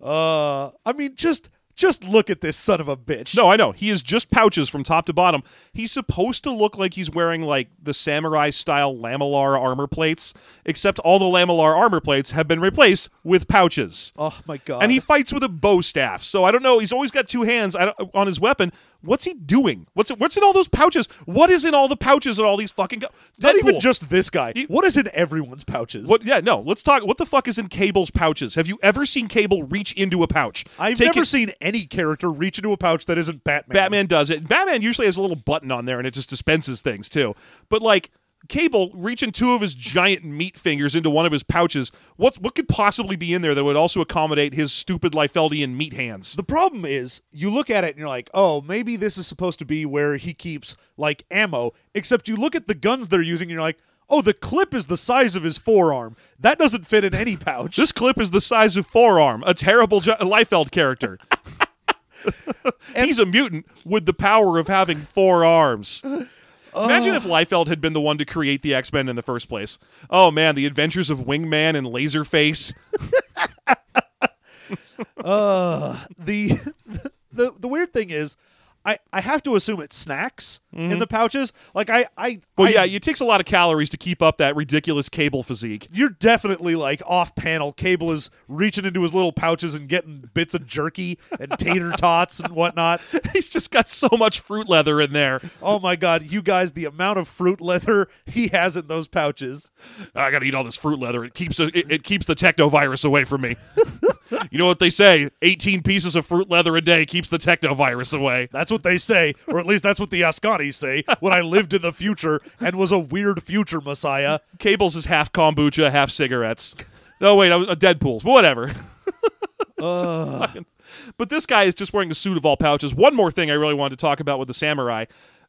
Speaker 2: Uh, I mean, just Just look at this son of a bitch.
Speaker 1: No, I know. He is just pouches from top to bottom. He's supposed to look like he's wearing like the samurai style lamellar armor plates, except all the lamellar armor plates have been replaced with pouches.
Speaker 2: Oh my god.
Speaker 1: And he fights with a bow staff. So I don't know. He's always got two hands I don't- on his weapon. What's he doing? What's what's in all those pouches? What is in all the pouches and all these fucking? Go-
Speaker 2: not even
Speaker 1: Deadpool.
Speaker 2: just this guy. what is in everyone's pouches?
Speaker 1: What? Yeah, no. Let's talk. What the fuck is in Cable's pouches? Have you ever seen Cable reach into a pouch?
Speaker 2: I've
Speaker 1: Take
Speaker 2: never
Speaker 1: it-
Speaker 2: seen any character reach into a pouch that isn't Batman.
Speaker 1: Batman does it. Batman usually has a little button on there and it just dispenses things too. But like Cable reaching two of his giant meat fingers into one of his pouches, what what could possibly be in there that would also accommodate his stupid Liefeldian meat hands?
Speaker 2: The problem is, you look at it and you're like, oh, maybe this is supposed to be where he keeps like ammo. Except you look at the guns they're using and you're like, oh, the clip is the size of his forearm. That doesn't fit in
Speaker 1: [LAUGHS]
Speaker 2: any pouch.
Speaker 1: This clip is the size of forearm, a terrible jo- Liefeld character. He's a mutant with the power of having four arms. Imagine if Liefeld had been the one to create the X Men in the first place. Oh man, the adventures of Wingman and Laserface.
Speaker 2: the [LAUGHS] the the weird thing is, I I have to assume it's snacks in the pouches. Like I I
Speaker 1: Mm-hmm. Well,
Speaker 2: I-
Speaker 1: yeah, it takes a lot of calories to keep up that ridiculous cable physique. [LAUGHS]
Speaker 2: You're definitely like off panel. Cable is reaching into his little pouches and getting bits of jerky and tater tots and whatnot.
Speaker 1: He's just got so much fruit leather in there.
Speaker 2: Oh my god, you guys, the amount of fruit leather he has in those pouches.
Speaker 1: I gotta eat all this fruit leather. It keeps it, it keeps the technovirus away from me. [LAUGHS] you know what they say? 18 pieces of fruit leather a day keeps the technovirus away.
Speaker 2: That's what they say, or at least that's what the Ascani say when I lived in the future and was a weird future messiah.
Speaker 1: Cables is half kombucha, half cigarettes. No, wait, I was, uh, Deadpool's. Whatever. [LAUGHS] Fucking- but this guy is just wearing a suit of all pouches. One more thing I really wanted to talk about with the samurai.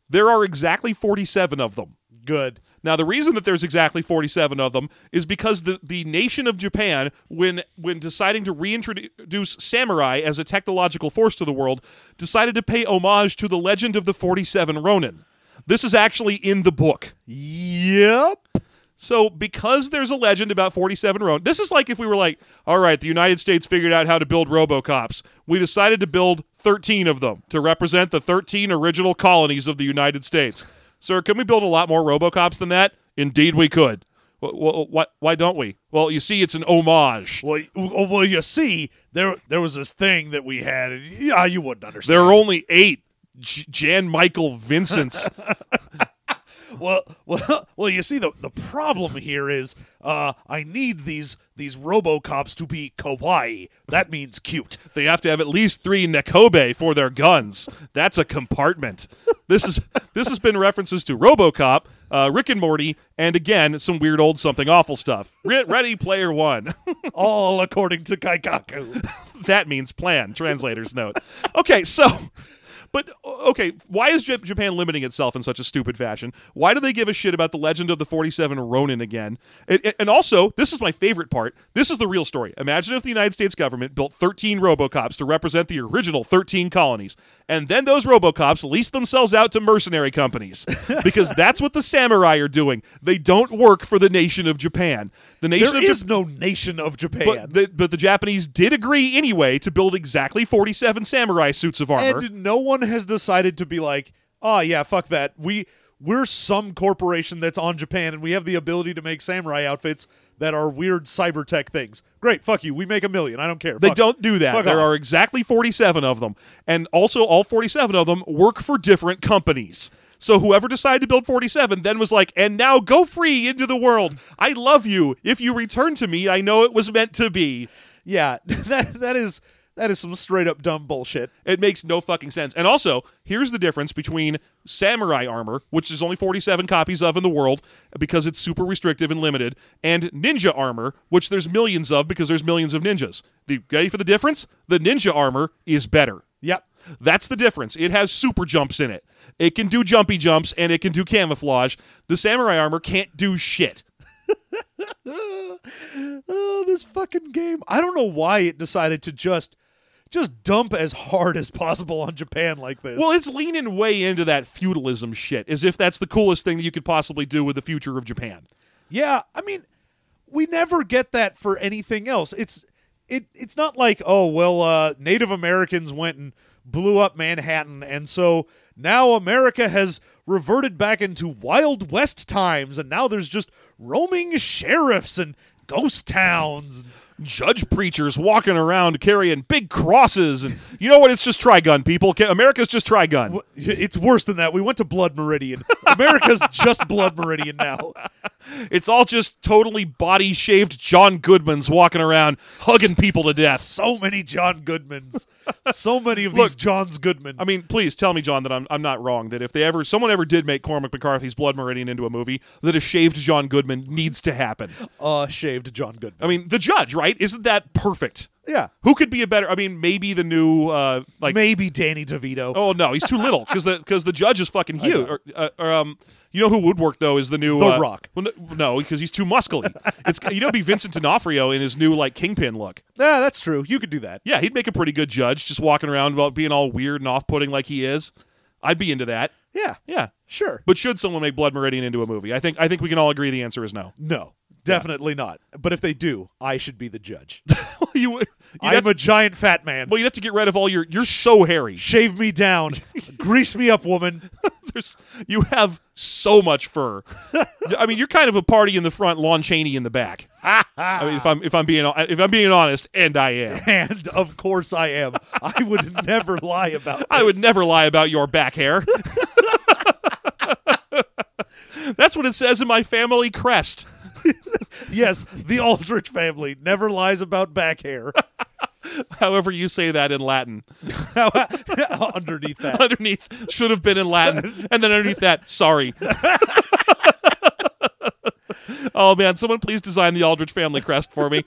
Speaker 1: There are exactly 47 of them.
Speaker 2: Good.
Speaker 1: Now, the reason that there's exactly 47 of them is because the, the nation of Japan, when when deciding to reintroduce samurai as a technological force to the world, decided to pay homage to the legend of the 47 Ronin. This is actually in the book.
Speaker 2: Yep.
Speaker 1: So, because there's a legend about 47 Ronin, this is like if we were like, all right, the United States figured out how to build Robocops. We decided to build 13 of them to represent the 13 original colonies of the United States. Sir, can we build a lot more Robocops than that? Indeed, we could. Well, why, why don't we? Well, you see, it's an homage.
Speaker 2: Well, y- well, well, you see, there there was this thing that we had, and yeah, you wouldn't understand.
Speaker 1: There are only eight J- Jan Michael Vincents.
Speaker 2: Well, [LAUGHS] well, well. You see, the the problem here is, uh, I need these these RoboCops to be kawaii. That means cute.
Speaker 1: They have to have at least three Nekobe for their guns. That's a compartment. This is this has been references to RoboCop, uh, Rick and Morty, and again some weird old something awful stuff. Re- Ready Player One.
Speaker 2: All according to
Speaker 1: [LAUGHS]
Speaker 2: Kaikaku.
Speaker 1: that means plan. Translator's note. Okay, so. But okay, why is Jap- Japan limiting itself in such a stupid fashion? Why do they give a shit about the legend of the 47 Ronin again? It, it- and also, this is my favorite part. This is the real story. Imagine if the United States government built 13 RoboCops to represent the original 13 colonies, and then those RoboCops leased themselves out to mercenary companies because that's what the samurai are doing. They don't work for the nation of Japan. The nation
Speaker 2: There
Speaker 1: of Japan
Speaker 2: is no nation of Japan.
Speaker 1: but the, but the Japanese did agree anyway to build exactly 47 samurai suits of armor.
Speaker 2: and no one has decided to be like, oh yeah, fuck that. We we're some corporation that's on Japan, and we have the ability to make samurai outfits that are weird cyber tech things. Great, fuck you. We make a million. I don't care.
Speaker 1: they
Speaker 2: Fuck.
Speaker 1: don't do that.
Speaker 2: Fuck
Speaker 1: there
Speaker 2: off.
Speaker 1: are exactly 47 of them. And also, all 47 of them work for different companies. So whoever decided to build 47 then was like, and now go free into the world. I love you. If you return to me, I know it was meant to be.
Speaker 2: Yeah, [LAUGHS] that that is that is some straight up dumb bullshit.
Speaker 1: It makes no fucking sense. And also, here's the difference between samurai armor, which there's only 47 copies of in the world because it's super restrictive and limited, and ninja armor, which there's millions of because there's millions of ninjas. The ready for the difference? The ninja armor is better.
Speaker 2: Yep.
Speaker 1: That's the difference. It has super jumps in it. It can do jumpy jumps and it can do camouflage. The samurai armor can't do shit.
Speaker 2: Oh, this fucking game. I don't know why it decided to just just dump as hard as possible on Japan like this.
Speaker 1: Well, it's leaning way into that feudalism shit, as if that's the coolest thing that you could possibly do with the future of Japan.
Speaker 2: yeah, I mean, we never get that for anything else. It's it it's not like oh well uh, Native Americans went and blew up Manhattan and so now America has reverted back into Wild West times and now there's just roaming sheriffs and ghost towns.
Speaker 1: Judge preachers walking around carrying big crosses, and you know what? It's just Trigun, people. Ca- America's just Trigun.
Speaker 2: It's worse than that. We went to Blood Meridian. [LAUGHS] America's just Blood Meridian now.
Speaker 1: It's all just totally body shaved John Goodmans walking around hugging people to death.
Speaker 2: So many John Goodmans. So many of
Speaker 1: Look-
Speaker 2: these Johns Goodman.
Speaker 1: I mean, please tell me, John, that I'm, I'm not wrong. That if they ever someone ever did make Cormac McCarthy's Blood Meridian into a movie, that a shaved John Goodman needs to happen.
Speaker 2: Uh, shaved John Goodman.
Speaker 1: I mean, the judge, right? Isn't that perfect?
Speaker 2: Yeah.
Speaker 1: Who could be a better? I mean, maybe the new uh, like.
Speaker 2: Maybe Danny DeVito.
Speaker 1: Oh no, he's too little because the because the judge is fucking huge. Or, uh, or, um, you know who would work though is the new
Speaker 2: The
Speaker 1: uh,
Speaker 2: Rock.
Speaker 1: Well, n- no, because he's too muscly. It's you know it'd be Vincent D'Onofrio in his new like kingpin look.
Speaker 2: Yeah, that's true. You could do that.
Speaker 1: Yeah, he'd make a pretty good judge, just walking around about being all weird and off putting like he is. I'd be into that.
Speaker 2: Yeah.
Speaker 1: Yeah.
Speaker 2: Sure.
Speaker 1: But should someone make Blood Meridian into a movie? I think I think we can all agree the answer is no.
Speaker 2: No, definitely not. But if they do, I should be the [LAUGHS] judge.
Speaker 1: [LAUGHS] you would- you'd
Speaker 2: I'm
Speaker 1: have,
Speaker 2: a giant fat man.
Speaker 1: well, you'd have to get rid of all your. You're so hairy.
Speaker 2: Shave me [LAUGHS] down. Grease me up, woman.
Speaker 1: [LAUGHS] There's, you have so much fur. I mean, you're kind of a party in the front, Lon Chaney in the back. I mean, if I'm if I'm being if I'm being honest, and I am,
Speaker 2: And of course I am. I would never lie about this.
Speaker 1: I would never lie about your back hair. [LAUGHS] That's what it says in my family crest.
Speaker 2: Yes, the Aldrich family never lies about back hair.
Speaker 1: However, you say that in Latin.
Speaker 2: [LAUGHS] Underneath that.
Speaker 1: [LAUGHS] underneath should have been in Latin, and then underneath that, sorry. [LAUGHS] oh man, someone please design the Aldrich family crest for me.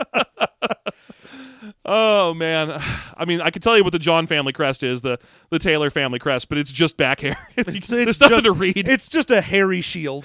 Speaker 1: [LAUGHS] oh man, I mean, I can tell you what the John family crest is, the the Taylor family crest, but it's just back hair. [LAUGHS] There's nothing
Speaker 2: just,
Speaker 1: to read.
Speaker 2: It's just a hairy shield.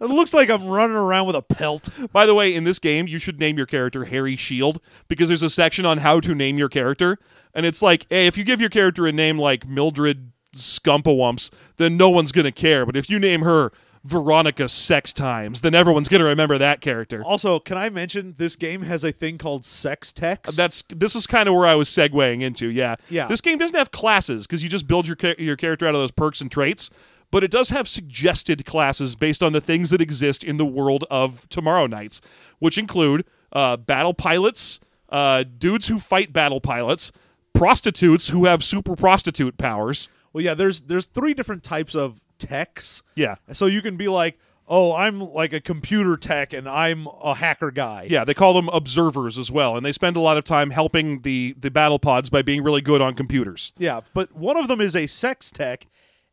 Speaker 2: it looks like I'm running around with a pelt.
Speaker 1: By the way, in this game, you should name your character Harry Shield because there's a section on how to name your character, and it's like, hey, if you give your character a name like Mildred Scumpawumps, then no one's gonna care. But if you name her Veronica Sex Times, then everyone's gonna remember that character.
Speaker 2: Also, can I mention this game has a thing called sex text?
Speaker 1: That's this is kind of where I was segueing into. Yeah,
Speaker 2: Yeah.
Speaker 1: This game doesn't have classes because you just build your cha- your character out of those perks and traits, but it does have suggested classes based on the things that exist in the world of Tomorrow Nights, which include uh, battle pilots, uh, dudes who fight battle pilots, prostitutes who have super prostitute powers.
Speaker 2: Well, yeah, there's there's three different types of techs.
Speaker 1: Yeah.
Speaker 2: So you can be like, "Oh, I'm like a computer tech and I'm a hacker guy."
Speaker 1: Yeah, they call them observers as well, and they spend a lot of time helping the the battle pods by being really good on computers.
Speaker 2: Yeah, but one of them is a sex tech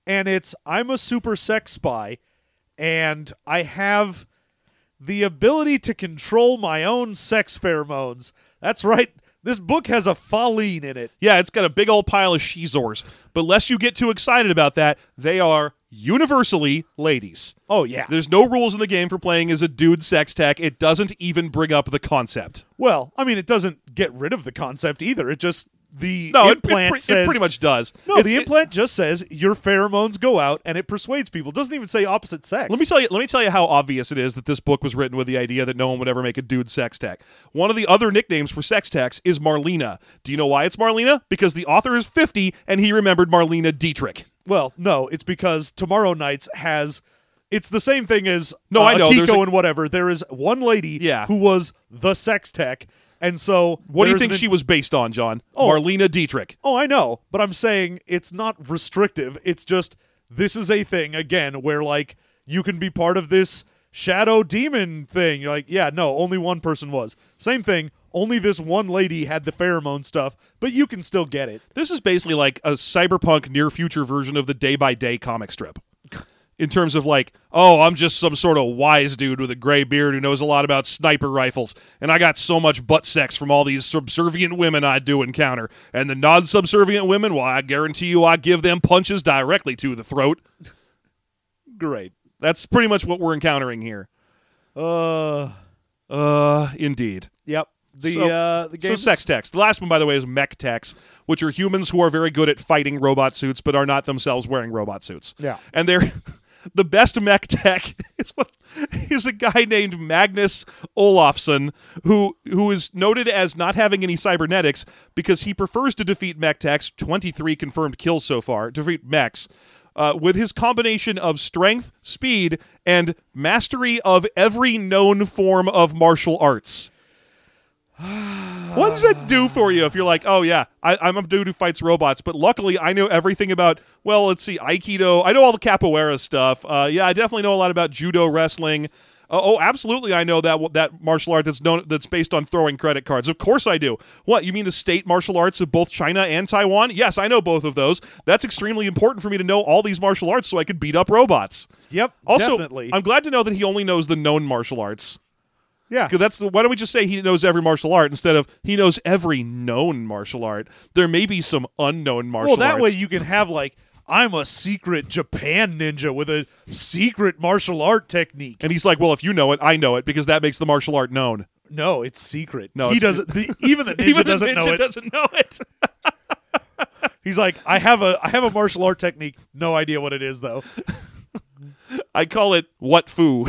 Speaker 2: and it's I'm a super sex spy and I have the ability to control my own sex pheromones. That's right. This book has a folline in it.
Speaker 1: Yeah, it's got a big old pile of shizors. But lest you get too excited about that, they are universally ladies.
Speaker 2: Oh yeah.
Speaker 1: There's no rules in the game for playing as a dude sex tech. It doesn't even bring up the concept.
Speaker 2: well, I mean, it doesn't get rid of the concept either. It just the
Speaker 1: No, it- it,
Speaker 2: implant
Speaker 1: pre- it
Speaker 2: says
Speaker 1: pretty much does.
Speaker 2: No,
Speaker 1: It's-
Speaker 2: the
Speaker 1: it-
Speaker 2: implant just says your pheromones go out and it persuades people. It doesn't even say opposite sex.
Speaker 1: Let me tell you. Let me tell you how obvious it is that this book was written with the idea that no one would ever make a dude sex tech. One of the other nicknames for sex techs is Marlena. Do you know why it's Marlena? Because the author is 50 and he remembered Marlena Dietrich.
Speaker 2: well, no, it's because Tomorrow Nights has it's the same thing as
Speaker 1: No,
Speaker 2: uh,
Speaker 1: I know, there's
Speaker 2: Akiko
Speaker 1: a-
Speaker 2: and whatever. There is one lady
Speaker 1: Yeah.
Speaker 2: who was the sex tech. And so
Speaker 1: What do you think she was based on, John? Marlena Dietrich.
Speaker 2: Oh, I know, but I'm saying it's not restrictive. It's just this is a thing again where like you can be part of this shadow demon thing. You're like, yeah, no, only one person was. Same thing. Only this one lady had the pheromone stuff, but you can still get it.
Speaker 1: This is basically like a cyberpunk near future version of the day by day comic strip. In terms of like, oh, I'm just some sort of wise dude with a gray beard who knows a lot about sniper rifles, and I got so much butt sex from all these subservient women I do encounter. And the non subservient women, well, I guarantee you I give them punches directly to the throat.
Speaker 2: Great.
Speaker 1: That's pretty much what we're encountering here.
Speaker 2: Uh,
Speaker 1: Uh, indeed.
Speaker 2: yep. The
Speaker 1: So-
Speaker 2: uh, the
Speaker 1: So
Speaker 2: game
Speaker 1: sex techs. The last one, by the way, is mech techs, which are humans who are very good at fighting robot suits, but are not themselves wearing robot suits.
Speaker 2: Yeah.
Speaker 1: and they're [LAUGHS] the best mech tech [LAUGHS] is what is a guy named Magnus Olafsson who who is noted as not having any cybernetics because he prefers to defeat mech techs. Twenty three confirmed kills so far. Defeat mechs. Uh, with his combination of strength, speed, and mastery of every known form of martial arts. What does that do for you if you're like, oh yeah, I, I'm a dude who fights robots, but luckily I know everything about. Well, let's see, Aikido. I know all the capoeira stuff. Uh, yeah, I definitely know a lot about judo, wrestling. Uh, oh, absolutely, I know that that martial art that's known that's based on throwing credit cards. Of course, I do. What you mean the state martial arts of both China and Taiwan? Yes, I know both of those. That's extremely important for me to know all these martial arts so I could beat up robots.
Speaker 2: Yep.
Speaker 1: Also,
Speaker 2: definitely.
Speaker 1: I'm glad to know that he only knows the known martial arts.
Speaker 2: yeah.
Speaker 1: Because that's the, why don't we just say he knows every martial art instead of he knows every known martial art. There may be some unknown martial
Speaker 2: Well, that
Speaker 1: arts.
Speaker 2: way you can have like I'm a secret Japan ninja with a secret martial art technique.
Speaker 1: and he's like, well, if you know it, I know it because that makes the martial art known.
Speaker 2: No, it's secret.
Speaker 1: No,
Speaker 2: he
Speaker 1: it's-
Speaker 2: doesn't. The,
Speaker 1: [LAUGHS]
Speaker 2: even the ninja
Speaker 1: Even
Speaker 2: doesn't
Speaker 1: the ninja
Speaker 2: know it.
Speaker 1: doesn't know it.
Speaker 2: [LAUGHS] He's like, I have a I have a martial art technique. No idea what it is though.
Speaker 1: I call it what [LAUGHS] foo.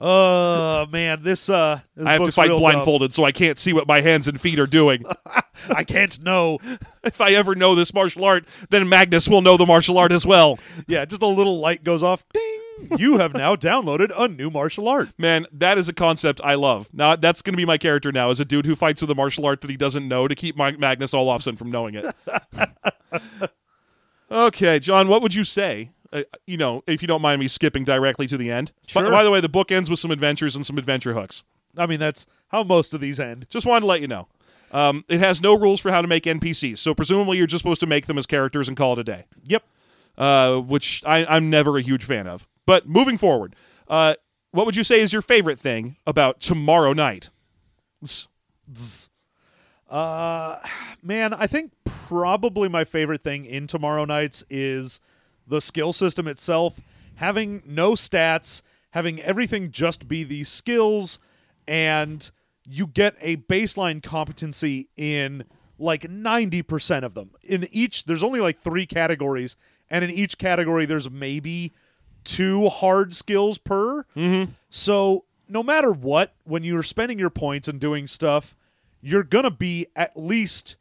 Speaker 2: Oh man, this uh, this
Speaker 1: I have to
Speaker 2: book's
Speaker 1: fight
Speaker 2: real
Speaker 1: blindfolded, so I can't see what my hands and feet are
Speaker 2: [LAUGHS]
Speaker 1: doing.
Speaker 2: dumb. I can't know.
Speaker 1: if I ever know this martial art, then Magnus will know the martial art as well.
Speaker 2: Yeah, just a little light goes off. Ding! You have now downloaded a new martial art.
Speaker 1: Man, that is a concept I love. Now that's going to be my character now, is a dude who fights with a martial art that he doesn't know to keep Ma- Magnus Olafsson from knowing it. okay, John, what would you say? Uh, you know, if you don't mind me skipping directly to the end. By-
Speaker 2: Sure.
Speaker 1: By, the way, the book ends with some adventures and some adventure hooks.
Speaker 2: I mean, that's how most of these end.
Speaker 1: Just wanted to let you know. Um, it has no rules for how to make NPCs, so presumably you're just supposed to make them as characters and call it a day
Speaker 2: Yep.
Speaker 1: uh, which I, I'm never a huge fan of. But moving forward, uh, what would you say is your favorite thing about tomorrow night? Zzz.
Speaker 2: Uh, man, I think probably my favorite thing in Tomorrow Nights is the skill system itself. Having no stats, having everything just be these skills, and you get a baseline competency in like 90% of them. In each, there's only like three categories, and in each category, there's maybe two hard skills per. So no matter what, when you're spending your points and doing stuff, you're gonna be at least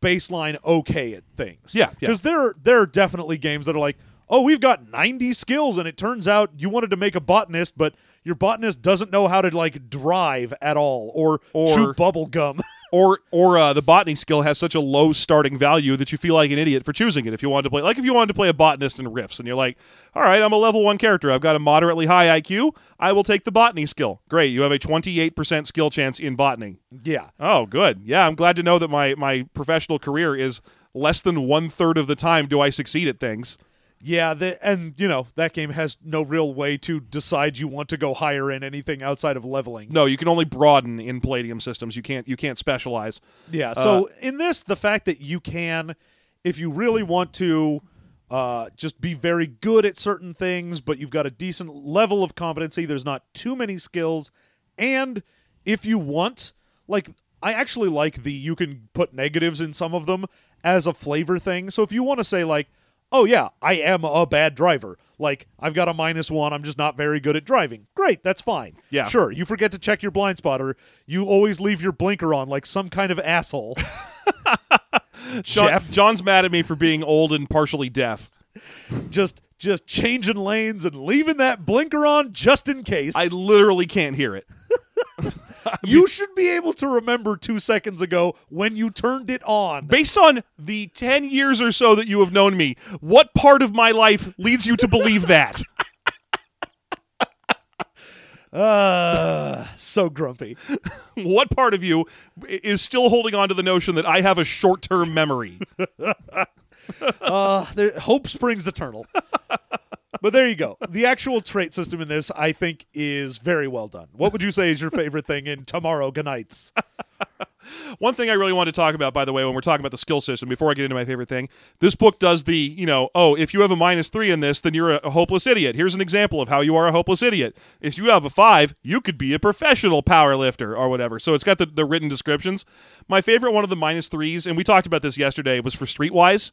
Speaker 2: baseline okay at things.
Speaker 1: Yeah, yeah.
Speaker 2: because there are, there are definitely games that are like, oh, we've got 90 skills, and it turns out you wanted to make a botanist, but your botanist doesn't know how to like drive at all or,
Speaker 1: Or-
Speaker 2: chew bubble gum. [LAUGHS]
Speaker 1: Or, or uh, the botany skill has such a low starting value that you feel like an idiot for choosing it. If you wanted to play, like if you wanted to play a botanist in Rifts, and you're like, "All right, I'm a level one character. I've got a moderately high IQ. I will take the botany skill. Great, you have a 28% skill chance in botany.
Speaker 2: yeah,
Speaker 1: Oh, good. Yeah, I'm glad to know that my my professional career is less than one third of the time do I succeed at things.
Speaker 2: Yeah, the, and you know that game has no real way to decide you want to go higher in anything outside of leveling.
Speaker 1: No, you can only broaden in Palladium systems. You can't you can't specialize.
Speaker 2: Yeah. So in this, the fact that you can, if you really want to, uh, just be very good at certain things, but you've got a decent level of competency. There's not too many skills, and if you want, like I actually like the you can put negatives in some of them as a flavor thing. So if you want to say like, oh yeah, I am a bad driver. Like I've got a minus one. I'm just not very good at driving. Great, that's fine.
Speaker 1: Yeah.
Speaker 2: Sure, you forget to check your blind spot or you always leave your blinker on like some kind of [LAUGHS] asshole.
Speaker 1: John-
Speaker 2: Jeff.
Speaker 1: John's mad at me for being old and partially deaf.
Speaker 2: just just changing lanes and leaving that blinker on just in case.
Speaker 1: I literally can't hear it.
Speaker 2: [LAUGHS] you should be able to remember 2 seconds ago when you turned it on.
Speaker 1: Based on the 10 years or so that you have known me, what part of my life leads you to believe that?
Speaker 2: Uh, so grumpy.
Speaker 1: what part of you i- is still holding on to the notion that I have a short-term memory?
Speaker 2: Uh, there, hope springs [LAUGHS] eternal. But there you go. The actual trait system in this, I think, is very well done. What would you say is your favorite thing in Tomorrow Gnights?
Speaker 1: One thing I really want to talk about, by the way, when we're talking about the skill system, before I get into my favorite thing, this book does the, you know, oh, if you have a minus three in this, then you're a, a hopeless idiot. Here's an example of how you are a hopeless idiot. If you have a five, you could be a professional power lifter or whatever. So it's got the, the written descriptions. My favorite one of the minus threes, and we talked about this yesterday, was for Streetwise.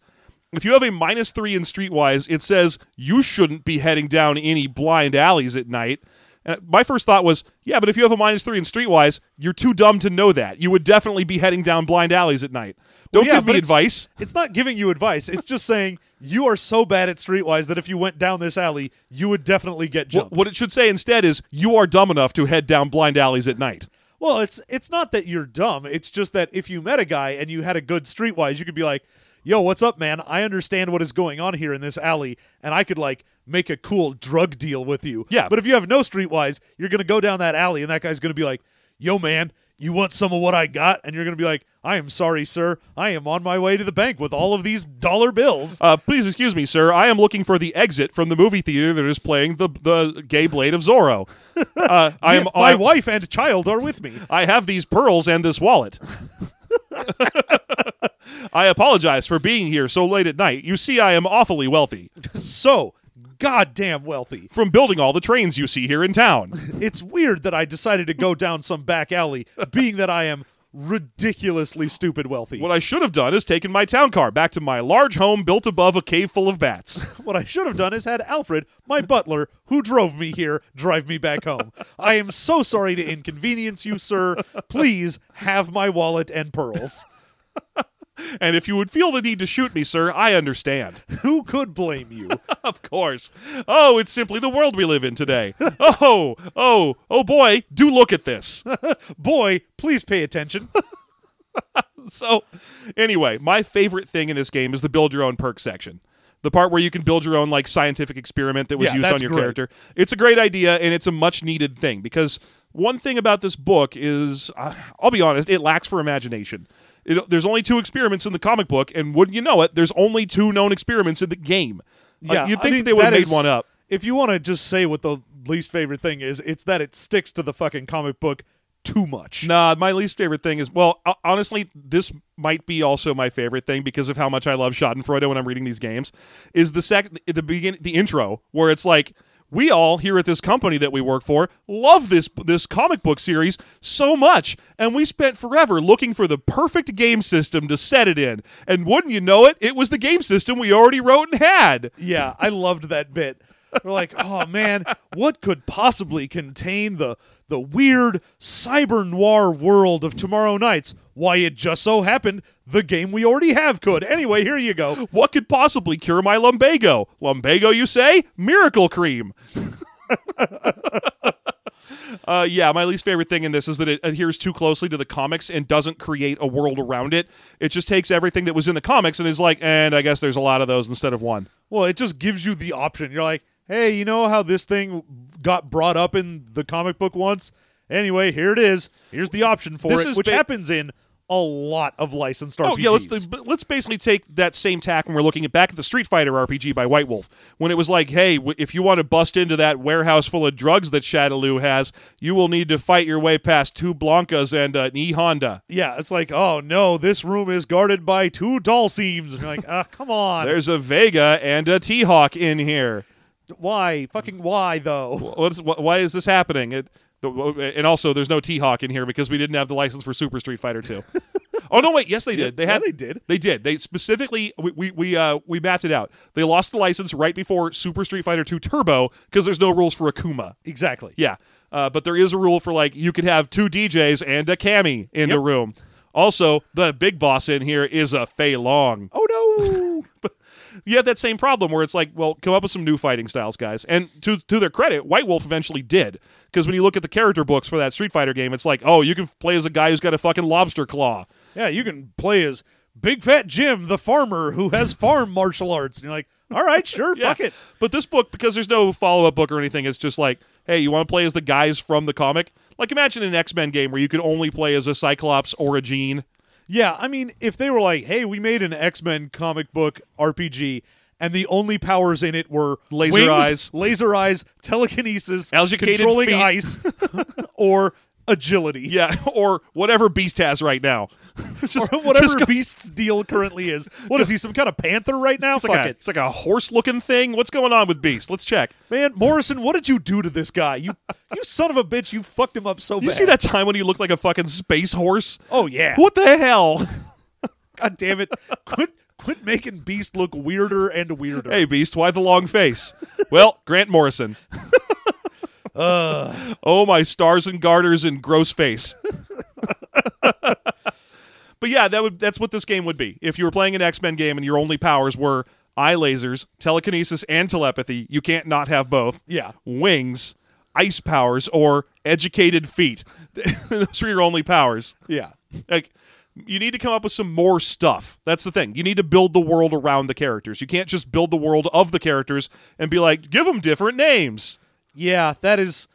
Speaker 1: If you have a minus three in Streetwise, it says you shouldn't be heading down any blind alleys at night. And my first thought was, yeah, but if you have a minus three in Streetwise, you're too dumb to know that. You would definitely be heading down blind alleys at night. Don't
Speaker 2: yeah,
Speaker 1: give
Speaker 2: but
Speaker 1: me
Speaker 2: it's-
Speaker 1: advice.
Speaker 2: It's not giving you advice. It's just saying you are so bad at streetwise that if you went down this alley, you would definitely get
Speaker 1: Wh-
Speaker 2: jumped.
Speaker 1: What it should say instead is, you are dumb enough to head down blind alleys at night.
Speaker 2: Well, it's it's not that you're dumb. It's just that if you met a guy and you had a good streetwise, you could be like, "Yo, what's up, man? I understand what is going on here in this alley, and I could like make a cool drug deal with you."
Speaker 1: Yeah.
Speaker 2: But if you have no streetwise, you're gonna go down that alley, and that guy's gonna be like, "Yo, man." You want some of what I got? And you're going to be like, I am sorry, sir. I am on my way to the bank with all of these dollar bills.
Speaker 1: Uh, please excuse me, sir. I am looking for the exit from the movie theater that is playing the the gay blade of
Speaker 2: [LAUGHS]
Speaker 1: Zorro. Uh, I am.
Speaker 2: My
Speaker 1: I,
Speaker 2: wife and child are with me.
Speaker 1: I have these pearls and this
Speaker 2: [LAUGHS]
Speaker 1: wallet. I apologize for being here so late at night. You see, I am awfully wealthy
Speaker 2: So goddamn wealthy.
Speaker 1: from building all the trains you see here in town.
Speaker 2: It's weird that I decided to go down some back alley, being that I am ridiculously stupid wealthy.
Speaker 1: What I should have done is taken my town car back to my large home built above a cave full of bats.
Speaker 2: What I should have done is had Alfred, my butler, who drove me here, drive me back home. I am so sorry to inconvenience you, sir. Please have my wallet and pearls.
Speaker 1: And if you would feel the need to shoot me, sir, I understand. [LAUGHS]
Speaker 2: Who could blame you?
Speaker 1: Of course. Oh, it's simply the world we live in today. Oh, oh, oh boy, do look at this.
Speaker 2: Boy, please pay attention.
Speaker 1: [LAUGHS] So, anyway, my favorite thing in this game is the build your own perk section. The part where you can build your own like scientific experiment that was
Speaker 2: Yeah,
Speaker 1: used on
Speaker 2: that's
Speaker 1: your
Speaker 2: great.
Speaker 1: character. It's a great idea and it's a much needed thing because one thing about this book is uh, I'll be honest, it lacks for imagination. It, there's only two experiments in the comic book and wouldn't you know it, there's only two known experiments in the game. Like,
Speaker 2: Yeah,
Speaker 1: you'd
Speaker 2: I
Speaker 1: think
Speaker 2: mean,
Speaker 1: they would
Speaker 2: that
Speaker 1: have made
Speaker 2: is-
Speaker 1: one up.
Speaker 2: If you want to just say what the least favorite thing is, it's that it sticks to the fucking comic book too much.
Speaker 1: Nah, my least favorite thing is well, ho- honestly, this might be also my favorite thing because of how much I love Schadenfreude when I'm reading these games. Is the second the begin the intro where it's like we all here at this company that we work for love this this comic book series so much and we spent forever looking for the perfect game system to set it in and wouldn't you know it it was the game system we already wrote and had
Speaker 2: Yeah, I loved that bit.
Speaker 1: [LAUGHS]
Speaker 2: We're like, oh man, what could possibly contain the the weird cyber noir world of tomorrow nights? Why, it just so happened the game we already have could. Anyway, here you go.
Speaker 1: what could possibly cure my lumbago lumbago you say miracle cream [LAUGHS] Uh, yeah, my least favorite thing in this is that it adheres too closely to the comics and doesn't create a world around it. It just takes everything that was in the comics and is like, and I guess there's a lot of those instead of one.
Speaker 2: Well, it just gives you the option. You're like, hey, you know how this thing got brought up in the comic book once? Anyway, here it is. Here's the option for
Speaker 1: This
Speaker 2: it,
Speaker 1: is
Speaker 2: which
Speaker 1: ba-
Speaker 2: happens in a lot of licensed RPGs.
Speaker 1: Oh yeah, let's but let's basically take that same tack when we're looking at back at the Street Fighter RPG by White Wolf when it was like, hey, w- if you want to bust into that warehouse full of drugs that Shadaloo has, you will need to fight your way past two Blancas and uh, an E Honda.
Speaker 2: yeah, it's like, oh no, this room is guarded by two doll seams. And you're like, ah, come on.
Speaker 1: There's a Vega and a T Hawk in here.
Speaker 2: Why? Fucking why though?
Speaker 1: what's wh- why is this happening? It, the, and also, there's no T Hawk in here because we didn't have the license for Super Street Fighter
Speaker 2: [LAUGHS]
Speaker 1: Two. oh no, wait, yes they did. They
Speaker 2: yeah,
Speaker 1: had
Speaker 2: they did.
Speaker 1: They did. They specifically we we we, uh, we mapped it out. They lost the license right before Super Street Fighter Two Turbo because there's no rules for Akuma.
Speaker 2: Exactly.
Speaker 1: Yeah, uh, but there is a rule for like you could have two DJs and a Cammy in the
Speaker 2: Yep.
Speaker 1: room. Also, the big boss in here is a Fei Long
Speaker 2: Oh no.
Speaker 1: you have that same problem where it's like, well, come up with some new fighting styles, guys. And to to their credit, White Wolf eventually did. Because when you look at the character books for that Street Fighter game, it's like, oh, you can play as a guy who's got a fucking lobster claw.
Speaker 2: [LAUGHS] yeah, you can play as Big Fat Jim, the farmer who has farm martial arts, and you're like, all
Speaker 1: [LAUGHS]
Speaker 2: right, sure, fuck it.
Speaker 1: But this book, because there's no follow up book or anything, it's just like, hey, you want to play as the guys from the comic? Like imagine an X Men game where you could only play as a Cyclops or a Jean.
Speaker 2: Yeah, I mean, if they were like, hey, we made an X Men comic book RPG. And the only powers in it were
Speaker 1: Laser
Speaker 2: wings,
Speaker 1: eyes.
Speaker 2: laser eyes,
Speaker 1: [LAUGHS]
Speaker 2: telekinesis,
Speaker 1: Algicated
Speaker 2: controlling
Speaker 1: feet.
Speaker 2: ice, [LAUGHS] or agility.
Speaker 1: Yeah, [LAUGHS] or whatever Beast has right
Speaker 2: [LAUGHS]
Speaker 1: now. It's just
Speaker 2: Or [LAUGHS] whatever
Speaker 1: just go-
Speaker 2: Beast's deal currently is. What is he, some kind of panther right now?
Speaker 1: it's
Speaker 2: Fuck
Speaker 1: like, a,
Speaker 2: it.
Speaker 1: it's like a horse looking thing. What's going on with Beast? Let's check.
Speaker 2: Man, Morrison, what did you do to this guy? You you son of a bitch, you fucked him up so bad.
Speaker 1: You see that time when he looked like a fucking space horse?
Speaker 2: Oh yeah.
Speaker 1: What the hell?
Speaker 2: God damn it. quit Quit making Beast look weirder and weirder.
Speaker 1: Hey, Beast, why the long face? well, Grant Morrison. Oh, my stars and garters and gross face. but yeah, that would that's what this game would be. If you were playing an X-Men game and your only powers were eye lasers, telekinesis, and telepathy, you can't not have both.
Speaker 2: Yeah.
Speaker 1: Wings, ice powers, or educated feet. [LAUGHS] Those are your only powers
Speaker 2: Yeah.
Speaker 1: like you need to come up with some more stuff that's the thing you need to build the world around the characters you can't just build the world of the characters and be like give them different names
Speaker 2: Yeah, that is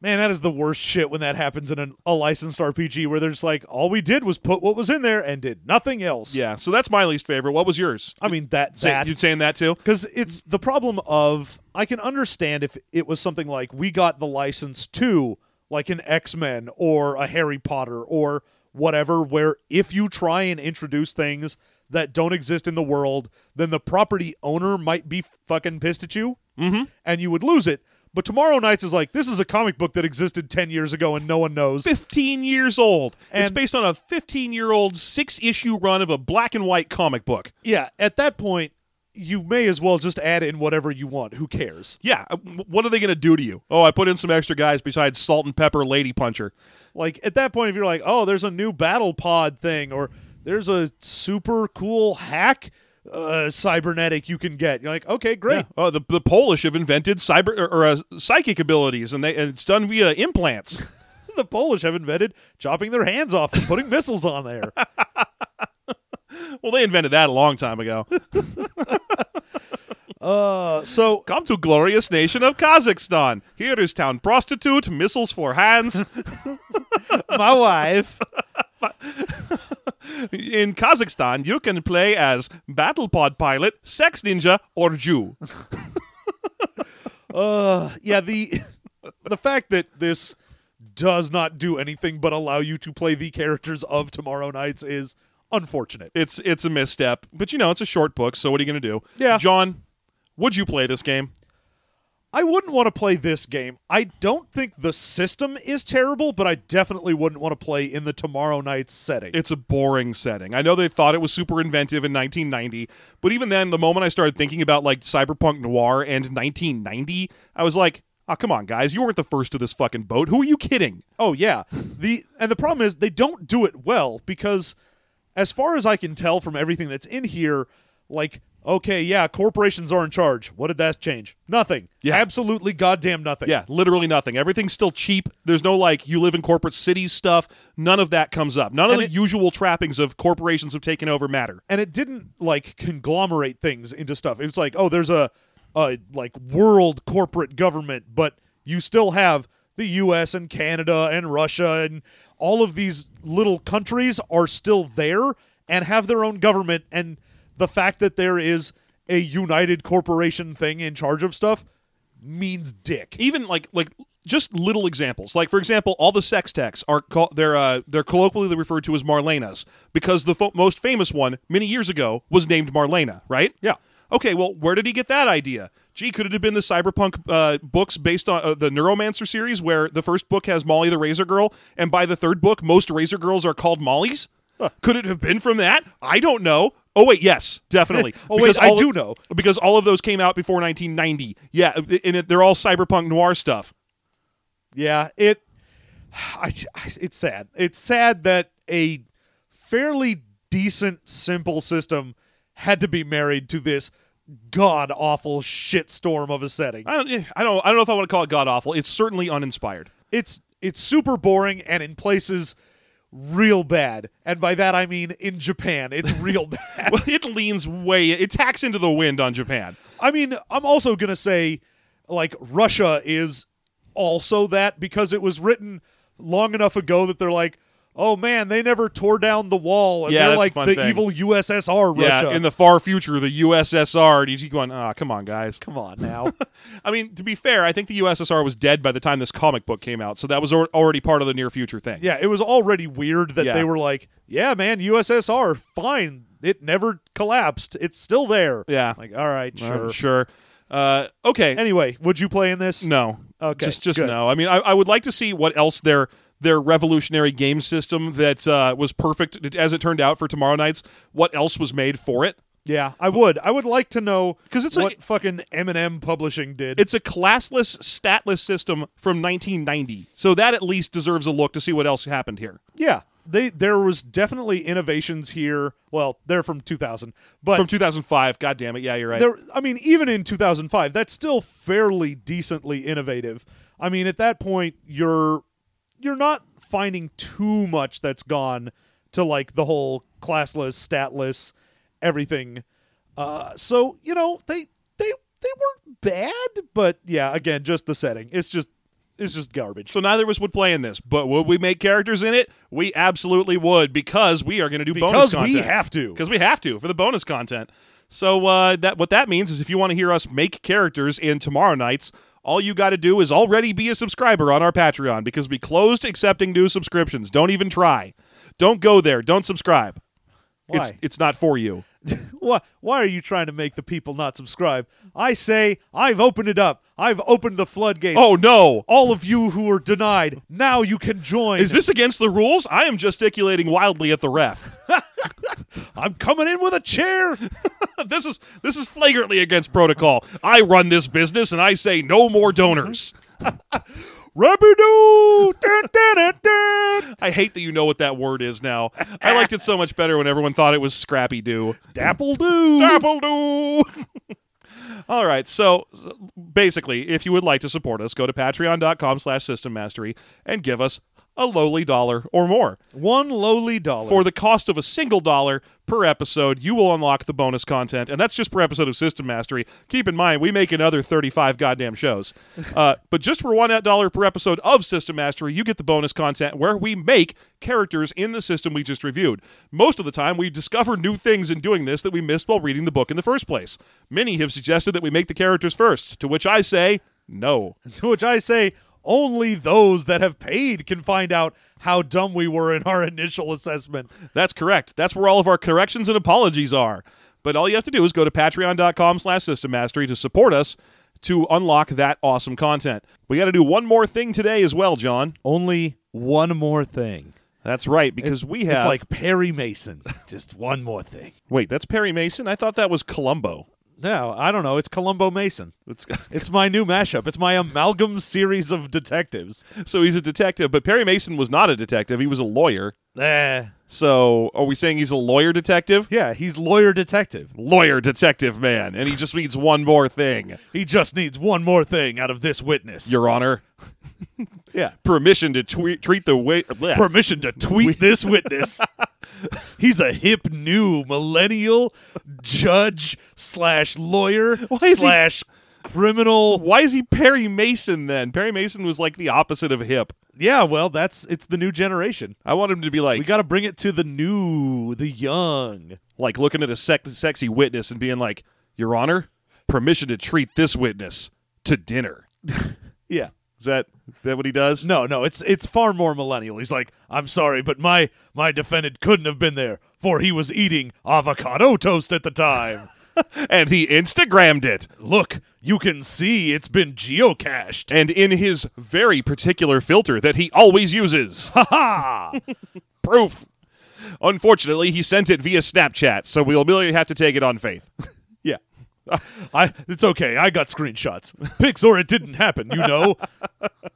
Speaker 2: man, that is the worst shit when that happens in an, a licensed RPG where there's like all we did was put what was in there and did nothing else.
Speaker 1: yeah so that's my least favorite what was yours
Speaker 2: I mean that
Speaker 1: Say-
Speaker 2: that
Speaker 1: you saying that too
Speaker 2: because it's the problem of I can understand if it was something like we got the license to like an X Men or a Harry Potter or whatever, where if you try and introduce things that don't exist in the world, then the property owner might be fucking pissed at you and you would lose it. But Tomorrow Nights is like, this is a comic book that existed 10 years ago and no one knows.
Speaker 1: 15 years old it's
Speaker 2: And-
Speaker 1: based on a 15 year old six issue run of a black and white comic book
Speaker 2: yeah, at that point, you may as well just add in whatever you want. Who cares?
Speaker 1: yeah uh, w- what are they going to do to you oh i put in some extra guys besides salt and pepper lady puncher
Speaker 2: Like at that point, if you're like, oh, there's a new battle pod thing, or there's a super cool hack uh, cybernetic you can get, you're like, okay, great.
Speaker 1: Oh, the, the Polish have invented cyber or, or uh, psychic abilities, and they and it's done via implants.
Speaker 2: [LAUGHS] the Polish have invented chopping their hands off and putting [LAUGHS] missiles on there.
Speaker 1: Well, they invented that a long time ago.
Speaker 2: Uh,
Speaker 1: [LAUGHS]
Speaker 2: so [LAUGHS]
Speaker 1: Come to glorious nation of Kazakhstan. Here is town prostitute, missiles for hands.
Speaker 2: my wife,
Speaker 1: In Kazakhstan, you can play as battle pod pilot, sex ninja, or Jew.
Speaker 2: uh, yeah, the [LAUGHS] the fact that this does not do anything but allow you to play the characters of Tomorrow Nights is unfortunate.
Speaker 1: It's it's a misstep, but you know it's a short book, so what are you gonna do?
Speaker 2: Yeah.
Speaker 1: John, would you play this game?
Speaker 2: I wouldn't want to play this game. I don't think the system is terrible, but I definitely wouldn't want to play in the tomorrow night's setting.
Speaker 1: It's a boring setting. I know they thought it was super inventive in 1990, but even then, the moment I started thinking about like cyberpunk noir and 1990, I was like, oh, come on, guys, you weren't the first to this fucking boat. Who are you kidding?
Speaker 2: oh yeah. The and the problem is they don't do it well because as far as I can tell from everything that's in here, like okay, yeah, corporations are in charge. What did that change? Nothing.
Speaker 1: Yeah.
Speaker 2: Absolutely goddamn nothing.
Speaker 1: Yeah, literally nothing. Everything's still cheap. There's no like you live in corporate cities stuff. None of that comes up. None of
Speaker 2: And
Speaker 1: the
Speaker 2: it-
Speaker 1: usual trappings of corporations have taken over matter.
Speaker 2: and it didn't like conglomerate things into stuff. It was like, oh, there's a, a like world corporate government, but you still have the U.S. and Canada and Russia and all of these little countries are still there and have their own government. And the fact that there is a united corporation thing in charge of stuff means dick.
Speaker 1: Even like like just little examples. Like for example, all the sex techs are call- they're uh, they're colloquially referred to as Marlenas because the fo- most famous one many years ago was named Marlena, right?
Speaker 2: Yeah.
Speaker 1: Okay, well, where did he get that idea? Gee, could it have been the cyberpunk uh, books based on uh, the Neuromancer series, where the first book has Molly the Razor Girl, and by the third book, most Razor Girls are called Mollys? Could it have been from that? I don't know. Oh wait, yes, definitely.
Speaker 2: [LAUGHS] Oh, wait, I
Speaker 1: all
Speaker 2: do
Speaker 1: of-
Speaker 2: know.
Speaker 1: because all of those came out before 1990. Yeah, uh, and it, they're all cyberpunk noir stuff.
Speaker 2: Yeah, it. I, it's sad. It's sad that a fairly decent, simple system had to be married to this god awful shitstorm of a setting.
Speaker 1: I don't, eh, I don't, I don't know if I want to call it god awful. It's certainly
Speaker 2: [LAUGHS]
Speaker 1: uninspired.
Speaker 2: It's it's super boring and in places real bad. And by that I mean in Japan, it's real bad.
Speaker 1: Well, it leans way, it tacks into the wind on Japan.
Speaker 2: I mean, I'm also going to say, like, Russia is also that because it was written long enough ago that they're like, oh man, they never tore down the wall. And
Speaker 1: Yeah,
Speaker 2: they're
Speaker 1: that's a
Speaker 2: like
Speaker 1: fun
Speaker 2: the
Speaker 1: thing.
Speaker 2: evil USSR Russia.
Speaker 1: Yeah, in the far future, the USSR. And you keep going, ah, come on, guys.
Speaker 2: Come on now.
Speaker 1: [LAUGHS] I mean, to be fair, I think the USSR was dead by the time this comic book came out, so that was al- already part of the near future thing.
Speaker 2: yeah, it was already weird that
Speaker 1: Yeah.
Speaker 2: they were like, yeah, man, USSR, fine. It never collapsed. It's still there.
Speaker 1: Yeah.
Speaker 2: Like, all right,
Speaker 1: Uh,
Speaker 2: sure.
Speaker 1: sure. Uh, okay,
Speaker 2: Anyway, would you play in this?
Speaker 1: no,
Speaker 2: Okay,
Speaker 1: just just
Speaker 2: good.
Speaker 1: no. I mean, I, I would like to see what else their their revolutionary game system that uh, was perfect as it turned out for tomorrow night's. What else was made for it?
Speaker 2: Yeah, I would. I would like to know
Speaker 1: 'Cause it's a-
Speaker 2: what fucking Eminem Publishing did.
Speaker 1: It's a classless, statless system from 1990, so that at least deserves a look to see what else happened here.
Speaker 2: yeah, they there was definitely innovations here. Well, they're from 2000, but
Speaker 1: From 2005, God damn it, yeah, you're right.
Speaker 2: there I mean even in 2005 that's still fairly decently innovative. I mean at that point you're you're not finding too much that's gone to like the whole classless, statless everything. Uh so, you know, they they they weren't bad, but yeah, again, just the setting. It's just it's just garbage.
Speaker 1: so neither of us would play in this, but would we make characters in it? We absolutely would because we are going to do bonus
Speaker 2: because
Speaker 1: content.
Speaker 2: we have to.
Speaker 1: because we have to for the bonus content. So uh, that what that means is if you want to hear us make characters in tomorrow nights, all you got to do is already be a subscriber on our Patreon because we closed accepting new subscriptions. Don't even try. Don't go there. Don't subscribe. It's
Speaker 2: Why?
Speaker 1: it's not for you.
Speaker 2: Why, why are you trying to make the people not subscribe? I say I've opened it up. I've opened the floodgates.
Speaker 1: Oh no.
Speaker 2: all of you who were denied, now you can join.
Speaker 1: Is this against the rules? I am gesticulating wildly at the ref. [LAUGHS]
Speaker 2: I'm coming in with a [LAUGHS] chair.
Speaker 1: this is this is flagrantly against protocol. I run this business and I say no more donors. [LAUGHS]
Speaker 2: Rubber-doo! Dun, dun, dun, dun.
Speaker 1: I hate that you know what that word is now. I liked it so much better when everyone thought it was Scrappy Doo.
Speaker 2: Dapple-doo!
Speaker 1: Dabble-doo. [LAUGHS] All right, so s- basically, if you would like to support us, go to patreon.com slash system mastery and give us a lowly dollar or more.
Speaker 2: One lowly dollar.
Speaker 1: For the cost of a single dollar per episode, you will unlock the bonus content, and that's just per episode of System Mastery. Keep in mind, we make another 35 goddamn shows. Uh, but just for one dollar per episode of System Mastery, you get the bonus content where we make characters in the system we just reviewed. Most of the time, we discover new things in doing this that we missed while reading the book in the first place. Many have suggested that we make the characters first, to which I say, no.
Speaker 2: to which I say, only those that have paid can find out how dumb we were in our [LAUGHS] initial assessment.
Speaker 1: That's correct. That's where all of our corrections and apologies are. But all you have to do is go to patreon.com slash system mastery to support us to unlock that awesome content. We got to do one more thing today as well, John.
Speaker 2: Only one more thing.
Speaker 1: That's right, because we have.
Speaker 2: It's like Perry Mason. Just one more thing.
Speaker 1: wait, that's Perry Mason? I thought that was Columbo.
Speaker 2: No, I don't know. It's Columbo Mason.
Speaker 1: It's,
Speaker 2: It's my new mashup. It's my amalgam series of detectives.
Speaker 1: so he's a detective, but Perry Mason was not a detective. He was a lawyer.
Speaker 2: Eh.
Speaker 1: So are we saying he's a lawyer detective?
Speaker 2: Yeah, he's lawyer detective.
Speaker 1: Lawyer detective man, and he just needs one more thing,
Speaker 2: He just needs one more thing out of this witness.
Speaker 1: Your Honor. [LAUGHS]
Speaker 2: yeah.
Speaker 1: Permission to tweet, treat the way. bleh.
Speaker 2: Permission to tweet this witness. [LAUGHS] He's a hip new millennial judge slash lawyer
Speaker 1: is he-
Speaker 2: slash criminal.
Speaker 1: Why is he Perry Mason then? Perry Mason was like the opposite of hip.
Speaker 2: Yeah, well, that's it's the new generation.
Speaker 1: I want him to be like
Speaker 2: We got to bring it to the new, the young.
Speaker 1: like looking at a sec- sexy witness and being like, "Your Honor, permission to treat this witness to dinner." [LAUGHS]
Speaker 2: Yeah.
Speaker 1: Is that that what he does?
Speaker 2: No, no, it's it's far more millennial. He's like, I'm sorry, but my my defendant couldn't have been there, for he was eating avocado toast at the
Speaker 1: [LAUGHS]
Speaker 2: time.
Speaker 1: And he Instagrammed it.
Speaker 2: Look, you can see it's been geocached.
Speaker 1: And in his very particular filter that he always uses. [LAUGHS]
Speaker 2: Ha ha!
Speaker 1: Proof. Unfortunately, he sent it via Snapchat, so we'll really have to take it on faith. [LAUGHS]
Speaker 2: yeah. [LAUGHS] I it's okay. I got screenshots. Pics or it didn't happen, you know.